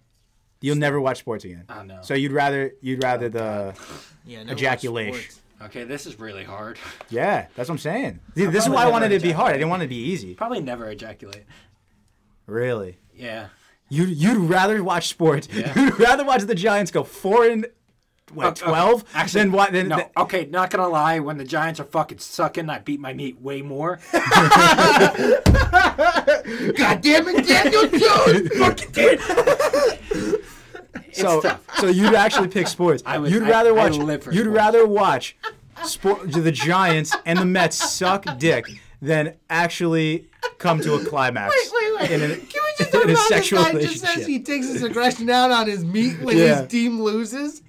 You'll never watch sports again.
I know.
So you'd rather you'd rather the
Yeah, never watched
ejaculation.
sports.
Okay, this is really hard.
Yeah, that's what I'm saying. See, this is why I
never
wanted it to be
ejaculate.
hard. I didn't want it to be easy.
Probably never ejaculate.
Really.
Yeah.
You you'd rather watch sports. You'd rather watch the Giants go four and what
Uh, Okay, okay.
twelve
Actually,
than what then.
No, okay, not gonna lie. When the Giants are fucking sucking, I beat my meat way more.
God damn it, Daniel Jones! Fucking Daniel.
so so you'd actually pick sports.
I would-
you'd
I-
rather
I
watch.
live for
you'd
sports.
rather watch sport the Giants and the Mets suck dick than actually come to a climax.
Wait, wait.
In an,
Can we just
in
talk
a
about this
sexual
guy just says
relationship.
he takes his aggression out on his meat when
Yeah.
his team loses?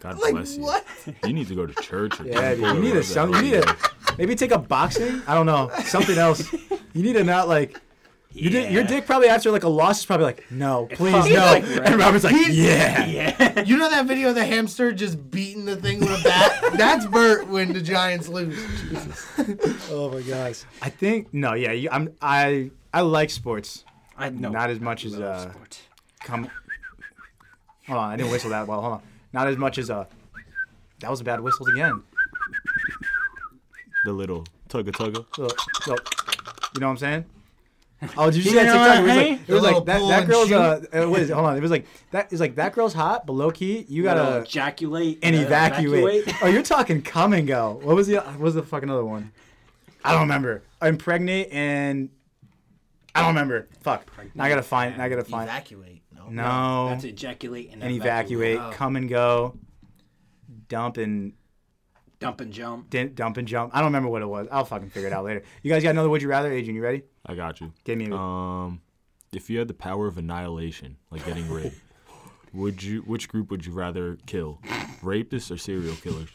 God
Like
bless you.
what?
You need to go to church or
Yeah, dude,
temple or
you need a
whatever
some,
the
you need
hell
a maybe take up boxing. I don't know something else. You need to not like. Your, dick, your
Yeah.
dick probably after like a loss is probably like no, please
probably
no.
like red.
and Robert's like yeah.
yeah.
You know that video of the hamster just beating the thing with a bat? That's Bert when the Giants lose.
Oh my gosh. I think no, yeah. you- I'm I I like sports.
I know.
Not as much as, uh, Come. Hold on, I didn't whistle that well. Hold on. Not as much as uh. That was a bad whistle again.
The little tugga tugga.
So, so, you know what I'm saying? Oh, did you, see
know
that TikTok? It
what,
was
hey?
like, it
The
was
little
like that,
pull
that
and
girl's
shoot.
uh, uh, what is it? Hold on, it was like that is like that girl's hot, but low key you
gotta
gotta
ejaculate
and
gotta
evacuate. oh, you're talking come and go. What was the what was the fucking other one? I don't remember. Impregnate and I don't remember. Fuck. Now I gotta find. now I gotta find.
Evacuate. No.
no.
That's ejaculate and,
and evacuate. Come and go. Dump and
Dump and jump.
di- dump and jump. I don't remember what it was. I'll fucking figure it out later. You guys got another would you rather? Adrian, you ready?
I got you.
Give me. a
Um, if you had the power of annihilation, like getting rid, would you? Which group would you rather kill, rapists or serial killers?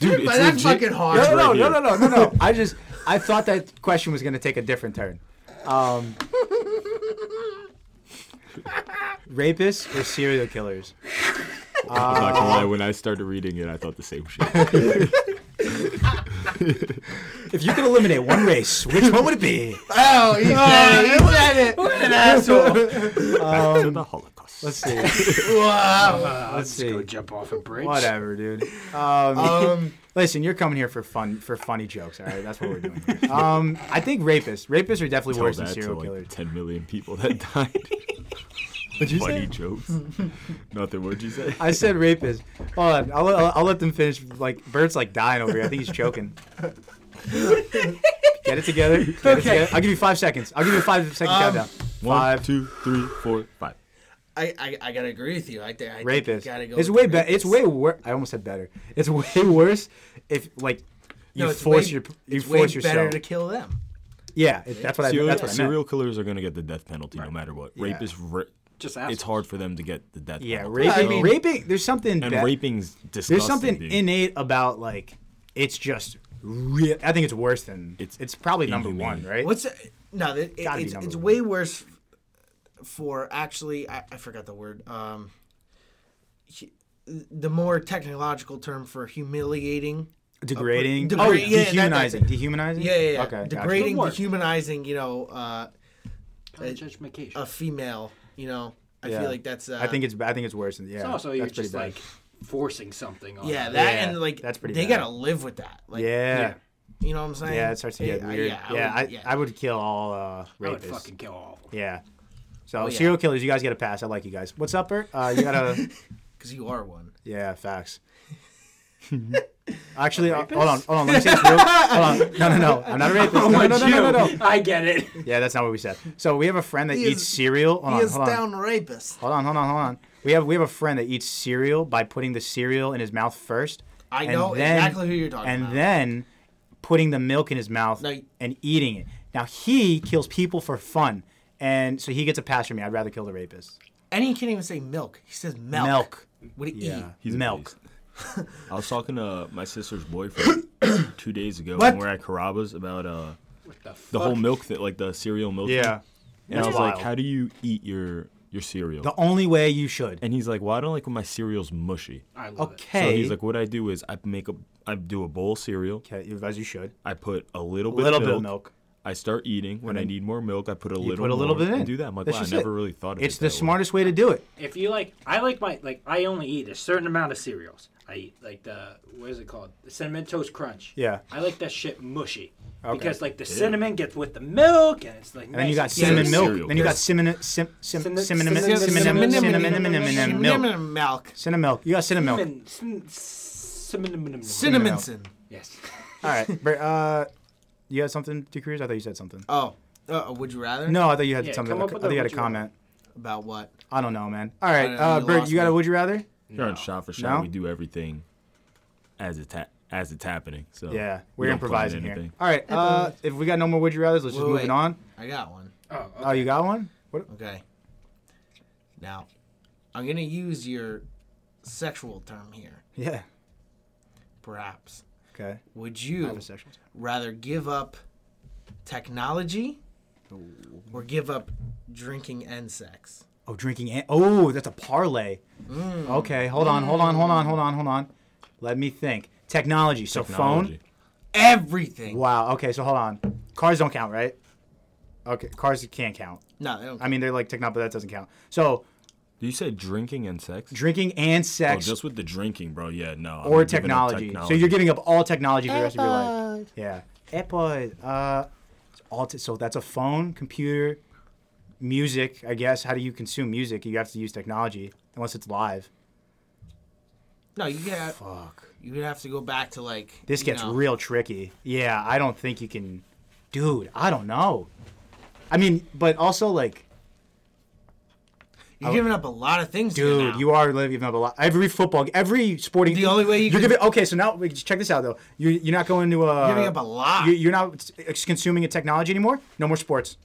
Dude, it's
But that's
legit-
fucking hard.
no, no,
right
no,
here.
no, no, no, no, no. I just I thought that question was gonna take a different turn. Um, rapists or serial killers?
I'm not gonna lie, when I started reading it, I thought the same shit.
If you could eliminate one race, which one would it be?
Oh, he said it. He said it.
An asshole.
Back to the Holocaust.
Um, Let's see.
Wow.
Let's
Let's go
see.
jump off a bridge.
Whatever, dude. Um,
Um,
Listen, you're coming here for fun for funny jokes, all right? That's what we're doing. here. Um, I think rapists. Rapists are definitely
Tell
worse than
that to
serial
like
killers.
10 million people that died.
What'd you
Funny jokes. Nothing. What'd you say?
I said rapists. Hold on, I'll, I'll, I'll let them finish. Like Bert's like dying over here. I think he's choking. Get it together. Get it together. I'll give you five seconds. I'll give you a five second
Um,
countdown.
One,
Five.
two, three, four, five.
I, I, I gotta agree with you. I, think- I think you
Rapist.
Gotta go
It's
with
way
the
better. It's
rapist.
way worse. I almost said better. It's way worse if like you
No, it's
force
way-
your you
it's way
force
better
yourself.
to kill them.
yeah, it, that's what I.
Serial,
That's what I meant.
serial killers are gonna get the death penalty no matter what. Rapists, ra-
Just
it's
ask.
hard for them to get the death
Yeah,
penalty.
raping.
I mean-
raping. There's something.
and
bad-
raping's disgusting.
There's something
dude.
innate about like it's just real. I think it's worse than it's. It's
It's
probably number
inhumane.
one, right?
What's no? It,
Gotta be
it's
number
it's
one.
way worse for actually. I, I forgot the word. Um, hu- the more technological term for humiliating.
degrading?
Degra-
oh,
yeah, that- that's
dehumanizing.
it.
Dehumanizing.
Yeah, yeah, yeah.
Okay. Degrading.
degrading,
Good word.
dehumanizing. You know, uh,
Uh, Judge
Oh,
McCash.
a female. You know, I
Yeah.
feel like that's. Uh,
I think it's. I think it's worse than. Yeah.
It's also you're
that's pretty
just
bad.
like forcing something on.
Yeah,
them.
that
Yeah,
and like
that's pretty
They
bad.
gotta live with that. Like,
yeah.
you know what I'm
yeah.
saying?
It starts to get
Yeah,
weird.
Yeah,
Yeah. I.
would-
I would kill all uh,
I would
rapists.
fucking kill all. of them.
Yeah. So
Oh, yeah.
serial killers, you guys get a pass. I like you guys. What's up, Bert? Uh, you gotta.
because you are one.
Yeah, facts. Actually, uh, hold on, hold on. Let me say this real. Hold on. No, no, no. I'm not a rapist. No, no, no, no, no, no.
I get it.
Yeah, that's not what we said. So we have a friend that
He
eats
is-
cereal. Hold
he
on,
is
hold on.
down rapist.
Hold on, hold on, hold on. We have we have a friend that eats cereal by putting the cereal in his mouth first.
I
and
know
then-
exactly who you're talking
And
about.
then putting the milk in his mouth
No, y-
and eating it. Now he kills people for fun. And so he gets a pass from me. I'd rather kill the rapist.
And he can't even say milk. He says milk.
Milk.
What do you
Yeah.
eat?
He's a
milk.
beast. I was talking to my sister's boyfriend two days ago
What?
when we were at Carrabba's about uh
The,
the
fuck?
whole milk thing, like the cereal milk. thing.
Yeah.
And I was
wild.
like, how do you eat your your cereal?
The only way you should.
and he's like, well, I don't like when my cereal's mushy.
I love it.
Okay.
So he's like, what I do is I make a I do a bowl of cereal.
okay, as you should.
I put a little
A
bit
little
of
bit
milk.
of milk.
I start eating. When I need more milk, I put a
You
little
put a little
more
bit in.
and do that. I'm like,
That's
wow, I
just
never
it.
really thought of it.
It's the
that way.
smartest way to do it.
If you like, I like my like. I only eat a certain amount of cereals. I eat like the what is it called? The cinnamon toast crunch.
Yeah.
I like that shit mushy
Okay.
because like the cinnamon gets with the milk and it's like.
And then you got
Yeah,
cinnamon
there's
milk.
cereal.
Then you got
There's-
cinnamon sim- sim-
Cinnamon-
cinnamon
cinnamon-
cinnamon cinnamon
cinnamon-
cinnamon milk.
Cinnamon milk.
Cinnamon milk. You got cinnamon milk.
cinnamon. Cin- cinnamon.
Cinnamon.
Yes.
All right. Br- Uh, you had something, two careers? I thought you said something.
Oh. Uh, would you rather?
No, I thought you had
Yeah,
something.
come
I
up
thought
with
you
a
had a
would you rather.
comment.
About what?
I don't know, man. All right,
I-
uh,
you
Bert,
lost
you got a
me.
would you rather?
Here on shot for shot,
No?
we do everything as it's ha- as it's happening. So
Yeah,
we
we're
don't plan
improvising here. All right, uh, if we got no more would you rather's, let's just
Wait,
move it
wait.
on.
I got one.
Oh, okay.
Oh, you got one? What?
Okay. Now, I'm gonna use your sexual term here.
Yeah.
Perhaps.
Okay.
Would
I have
you
a sexual. time.
rather give up technology or give up drinking and sex?
Oh, drinking. And- oh, that's a parlay.
Mm.
Okay, hold on, hold on, hold on, hold on, hold on. Let me think. Technology. So
Technology.
Everything.
phone. Wow. Okay, so hold on. Cars don't count, right? Okay, cars can't count.
No, they don't.
I mean, they're like technology, but that doesn't count. So
Do you say drinking and sex?
drinking and
oh,
sex.
just with the drinking, bro. Yeah, no. I'm
or
giving up
technology. So you're giving up all technology for the rest of your life.
Apple.
Yeah. Apple. Uh, it's all t- so that's a phone, computer, music. I guess. How do you consume music? You have to use technology unless it's live.
no, you could have,
Fuck.
you would have to go back to like.
This
you
gets
know,
real tricky. Yeah, I don't think you can. Dude, I don't know. I mean, but also like,
You're giving up a lot of things, to it
dude,
now.
you are living up a lot. Every football, every sporting.
The only way you
you're
can-
giving. Okay, so now we just check this out though. You you're not going to. Uh,
You're giving up a lot.
You, you're not ex- consuming a technology anymore. No more sports.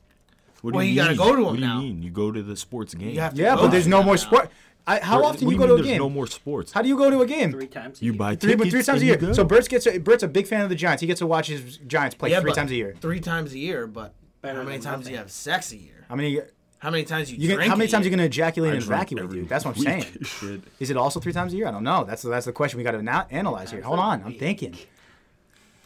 What
Well,
do
you
you,
gotta
mean?
go to
What
'em
do
now.
you mean? You go to the sports game.
You have to
Yeah,
go
but
to
there's
it
no
now.
more sport. I, how
What-
often
what
you
do
go to a
mean
game?
There's no more sports.
How do you go to a game?
Three times. a
you
year.
buy
Three,
tickets
three times a
and you
year.
go.
So Bert's gets a, Bert's a big fan of the Giants. He gets to watch his Giants play
Yeah,
three
but
times a year.
Three times a year, but
Better
how many
than
times do you
nothing.
have sex a year?
How many?
How many times you,
You
drink?
gonna, how many
a
times are
year?
you gonna ejaculate
I
and
drink
evacuate,
every
dude? That's what I'm
week.
saying.
Shit.
Is it also three times a year? I don't know. That's that's the question we got to ana- analyze here. Hold on, I'm thinking.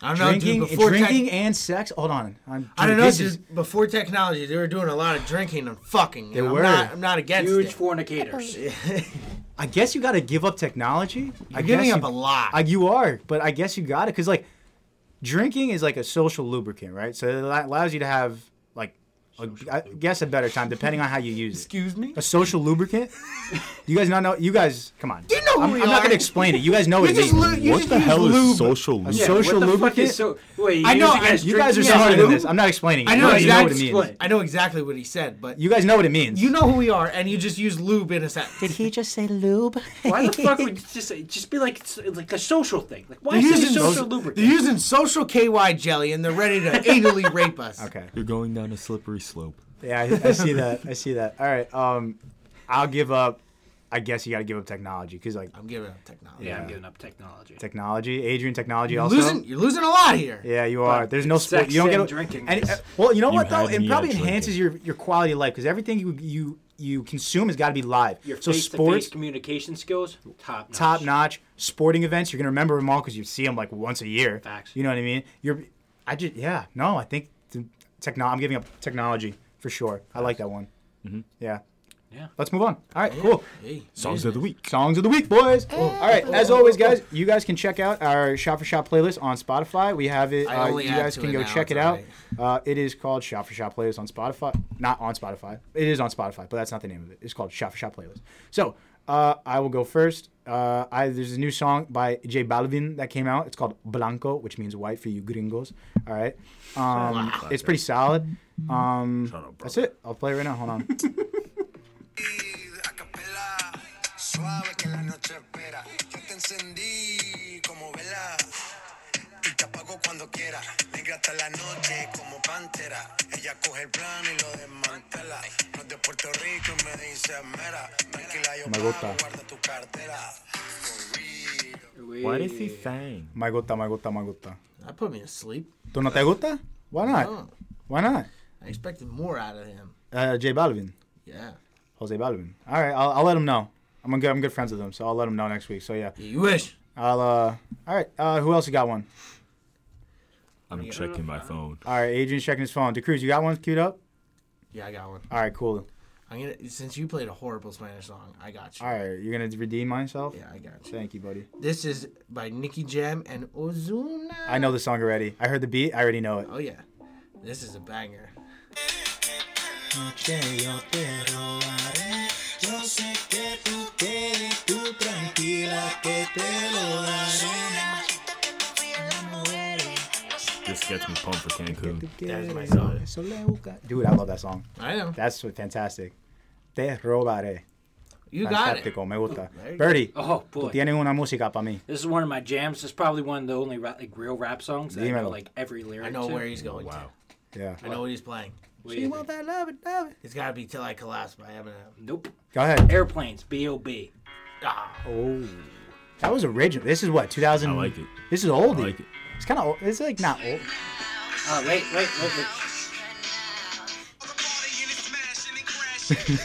I don't know,
Drinking,
dude. Before
drinking
tech-
and sex. Hold on, I'm,
I don't know,
this is-
dude. Before technology, they were doing a lot of drinking and fucking. and
They
I'm
were.
Not, I'm not against
Huge
it.
fornicators.
I guess you got to give up technology. I
You're
guess
giving
you-
up a lot.
I, you are, but I guess you got it because like drinking is like a social lubricant, right? So it allo- allows you to have like a, I guess a better time depending on how you use it.
Excuse me.
A social lubricant? you guys not know? You guys, come on.
You know who
I'm,
we
I'm
are.
not gonna explain it. You guys know what it
just
means.
lo- you
What
just
the
use
hell
lube.
is social lube?
so- social
what the fuck
lubricant?
is so, wait, you
I know,
guys
I-
drink-
You guys are
yeah,
smarter than
who-
this. I'm not explaining it.
I know
You know what it
exactly.
means.
what- I know exactly what he said, but
You guys know what it means.
you know who we are, and you just use lube in a sentence.
he just say lube?
Why the fuck would you just say- just be like it's like a social thing? Like why
They're
is it a
using,
social
they're
lubricant?
using social KY jelly, and they're ready to anally rape us.
okay.
You're going down a slippery slope.
Yeah, I, I see that. I see that. All right. Um, I'll give up. I guess you got to give up technology because like
I'm giving up technology.
yeah, I'm
Yeah.
giving up technology.
technology, Adrian, technology
You're
also.
losing, you're losing a lot here.
Yeah, you are. There's no sport.
sex
You don't get
and
a-
drinking
And,
is-
uh, well, you know
You
what though?
had
It
me
probably
at
enhances your, your quality of life because everything you you you consume has got to be live.
Your
so
face to
sports,
face communication skills, top notch.
top notch. Sporting events, you're gonna remember them all because you see them like once a year.
Facts.
You know what I mean? You're, I just yeah. No, I think the techno. I'm giving up technology for sure. I like that one. Mm-hmm. Yeah.
Yeah.
Let's move on. All right. Cool.
Hey,
Songs of the week.
Songs of the week, boys. All right, as always, guys, you guys can check out our Shop for Shop playlist on Spotify. We have it.
I
Uh,
only
you
add
guys
to
can
it
go
now, it's
check it out. Uh, it is called Shop for Shop playlist on Spotify. Not on Spotify. It is on Spotify, but that's not the name of it. It's called Shop for Shop playlist. So uh, I will go first. Uh, I, there's a new song by J Balvin that came out. It's called Blanco, which means white for you gringos. All right, um, it's pretty solid. Um,
Shut up, bro.
that's it. I'll play it right now. Hold on.
Acapela, suave que la noche espera. Yo te encendí como vela y te apago cuando quiera. Negra hasta la noche como pantera. Ella coge el plano y lo desmantela. No es de Puerto Rico y me dice mera. Tranquila, yo
Me gusta.
pago, guarda tu cartera. For real.
What is he saying?
My gusta, my gusta, my gusta.
That put me to sleep.
¿Tú no te gusta? Why not?
Oh,
Why not?
I expected more out of him.
Uh, J Balvin.
Yeah.
Jose Balvin. All right, I'll, I'll let him know. I'm good. I'm good friends with him, so I'll let him know next week. So yeah,
You wish.
I'll. uh All right. Uh, who else you got one?
I'm checking my phone.
All right, Adrian's checking his phone. DeCruz, you got one queued up?
Yeah, I got one.
All right, cool.
I'm gonna since you played a horrible Spanish song, I got you.
All right, you're gonna redeem myself.
Yeah, I got you.
Thank you, buddy.
This is by Nicky Jam and Ozuna.
I know the song already. I heard the beat. I already know it.
Oh yeah, this is a banger.
This gets me pumped for Cancun.
That's my song.
Dude, I love that song.
I know.
That's fantastic. Te robaré.
You got it.
Fantástico, me gusta.
There you go.
Birdie,
Oh
tú
boy,
tienes una música para mí.
this is one of my jams. This is probably one of the only ra- like real rap songs that I know
Dímelo.
like every lyric.
I know
to.
where he's going. Wow.
Oh, Wow.
Yeah.
I know what he's playing.
What do you think?
that love, love it.
It's gotta be "Till I Collapse" by Eminem.
Nope.
Go ahead.
Airplanes. B O B.
Ah,
Oh. That was original. This is what, 2000?
I like it.
This is oldie.
I like it.
It's kind of old. It's like not old.
Oh wait, wait, wait, wait.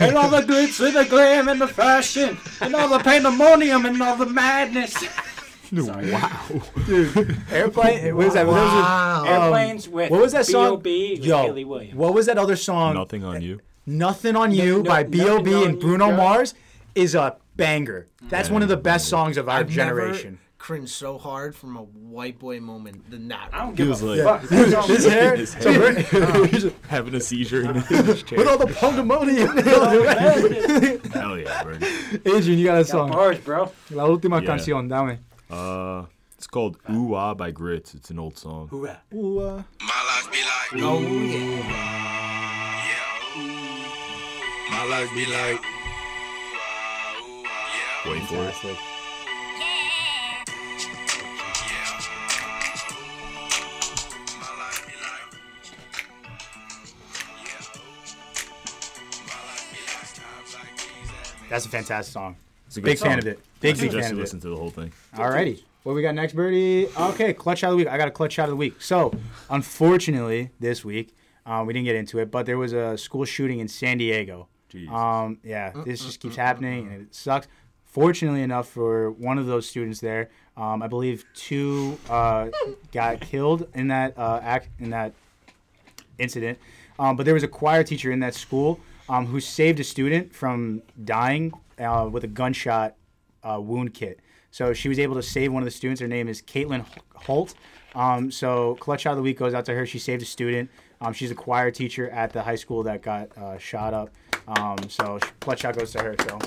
and all the glitz and the glam and the fashion and all the pandemonium and all the madness.
Wow.
Airplane. What is that?
Ah.
Wow.
Airplanes with
what was that song?
B.O.B. with
Yo,
Haley Williams.
what was that other song?
Nothing on you.
Nothing on You
no-
by
Nothing
B.O.B.
on
and
You,
Bruno
yeah.
Mars is a banger. That's one of the best songs of our
I've
generation.
Never cringed so hard from a white boy moment than that.
I
one.
don't give
He
a
was like-
fuck.
His hair,
His
so
hair.
we're-
He's just having a seizure in his chair.
with all the pandemonium.
Hell yeah, Bernie.
Adrian, you got a
Got
song.
bars, bro.
La última
Yeah.
canción, dame.
Uh, it's called Ooh Ah by Grits. It's an old song.
Hoorah.
My life be like,
Oh yeah.
yeah. My life be like, yeah,
Wait for it.
yeah. My life be like, yeah. My life be like, times like these that make
That's a fantastic song.
It's a good
Big
song.
fan of it. Big,
I
big
suggest
fan
you
of it.
listen to the whole thing.
Alrighty. What we got next, Birdie? Okay, clutch out of the week. I got a clutch out of the week. So, unfortunately, this week um, we didn't get into it, but there was a school shooting in San Diego.
Jesus.
Um, yeah, this just keeps happening and it sucks. Fortunately enough for one of those students there, um, I believe two uh, got killed in that uh, act in that incident. Um, but there was a choir teacher in that school um, who saved a student from dying uh, with a gunshot uh, wound kit. So she was able to save one of the students. Her name is Caitlin H- Holt. Um, so clutch out of the week goes out to her. She saved a student. Um, she's a choir teacher at the high school that got uh, shot up. Um, so sh- clutch out goes to her. So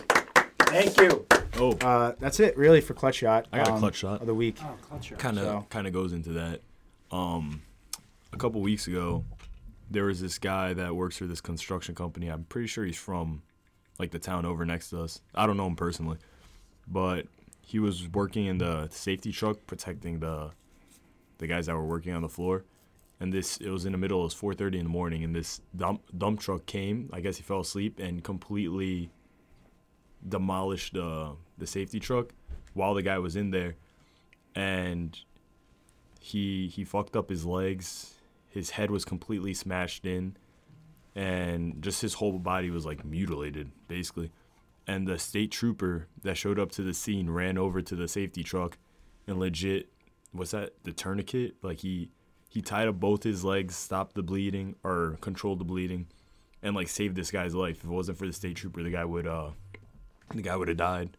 Thank you.
Oh,
uh, that's it really for clutch shot.
I got a
um,
clutch shot.
of the week.
Oh, culture.
kind of
So-
kind of goes into that. Um, a couple weeks ago, there was this guy that works for this construction company. I'm pretty sure he's from like the town over next to us. I don't know him personally, but he was working in the safety truck protecting the the guys that were working on the floor. And this it was in the middle. It was 4:30 in the morning, and this dump dump truck came. I guess he fell asleep and completely demolished uh, the safety truck while the guy was in there and he he fucked up his legs. His head was completely smashed in, and just his whole body was like mutilated, basically. And the state trooper that showed up to the scene ran over to the safety truck, and legit, what's that? The tourniquet? Like he he tied up both his legs, stopped the bleeding or controlled the bleeding, and like saved this guy's life. If it wasn't for the state trooper, the guy would uh the guy would have died.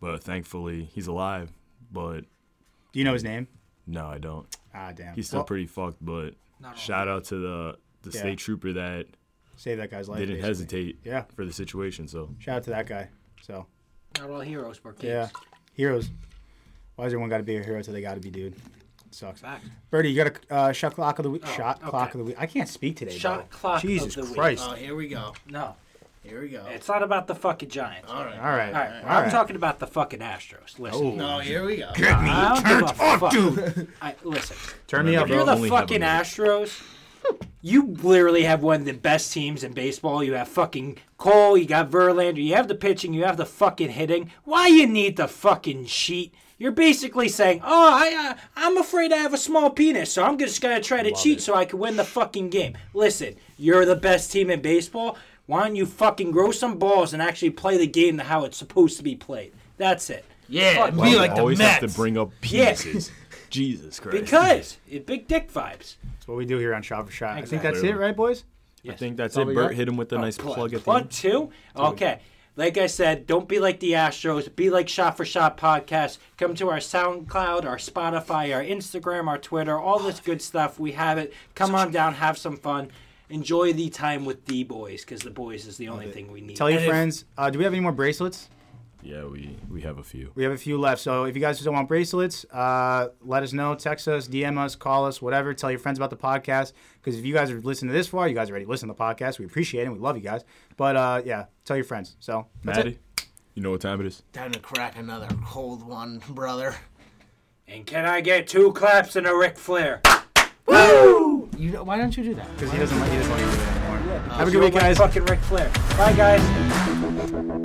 But thankfully, he's alive. But
Do you know his name?
no, I don't.
Ah, damn.
He's still
Well,
pretty fucked, but
Not all
shout out to the the
Yeah.
state trooper that
save that guy's life.
didn't
basically.
hesitate
Yeah.
for the situation. So
Shout out to that guy. So
Not all heroes, but
yeah,
kids.
heroes. Why does everyone got to be a hero till they got to be dude? sucks.
Back.
Birdie, you got a uh, shot clock of the week. shot
Oh, okay.
clock of the week. I can't speak today.
Shot
bro.
clock of
Jesus
the week. Uh,
Christ.
Oh, here we go.
No,
Here we go.
it's not about the fucking Giants. All
All right.
All right.
right, I'm talking about the fucking Astros. Listen,
No, here we go.
I don't give a fuck. I, listen,
Turn me up,
if you're
bro.
the
only have a
fucking
minute.
Astros, you literally have one of the best teams in baseball. You have fucking Cole, you got Verlander, you have the pitching, you have the fucking hitting. Why you need the fucking sheet? You're basically saying, "Oh, I, uh, I'm afraid I have a small penis, so I'm just gonna try to cheat so I can win the fucking game." Listen, you're the best team in baseball. Why don't you fucking grow some balls and actually play the game how it's supposed to be played? That's it.
Yeah,
Fuck
and be
you.
like the
always have to
Mets.
bring up
Yeah.
penises. Jesus Christ.
Because it, big dick vibes.
That's what we do here on Shot for Shot. I think
Exactly.
that's it, right, boys?
I think that's
That's all
it.
we
Bert
got?
hit him with a nice plug at the
Plug
end.
two? Okay. Like I said, don't be like the Astros. Be like Shot for Shot Podcast. Come to our SoundCloud, our Spotify, our Instagram, our Twitter, all this good stuff. We have it. Come on down, have some fun. Enjoy the time with the boys, because the boys is the only thing we need.
Tell your
And if-
friends. Uh, do we have any more bracelets?
Yeah, we we have a few.
We have a few left. So if you guys don't want bracelets, uh, let us know. Text us, DM us, call us, whatever. Tell your friends about the podcast. Because if you guys are listening to this far, you guys already listen to the podcast. We appreciate it. We love you guys. But uh, yeah, tell your friends. So that's it.
Maddie, you know what time it is?
Time to crack another cold one, brother.
And can I get two claps and a Ric Flair?
You know, why don't you do that?
Because he doesn't like he doesn't like you anymore. Have a good week,
Uh, Like
guys.
Fucking Ric Flair. Bye, guys.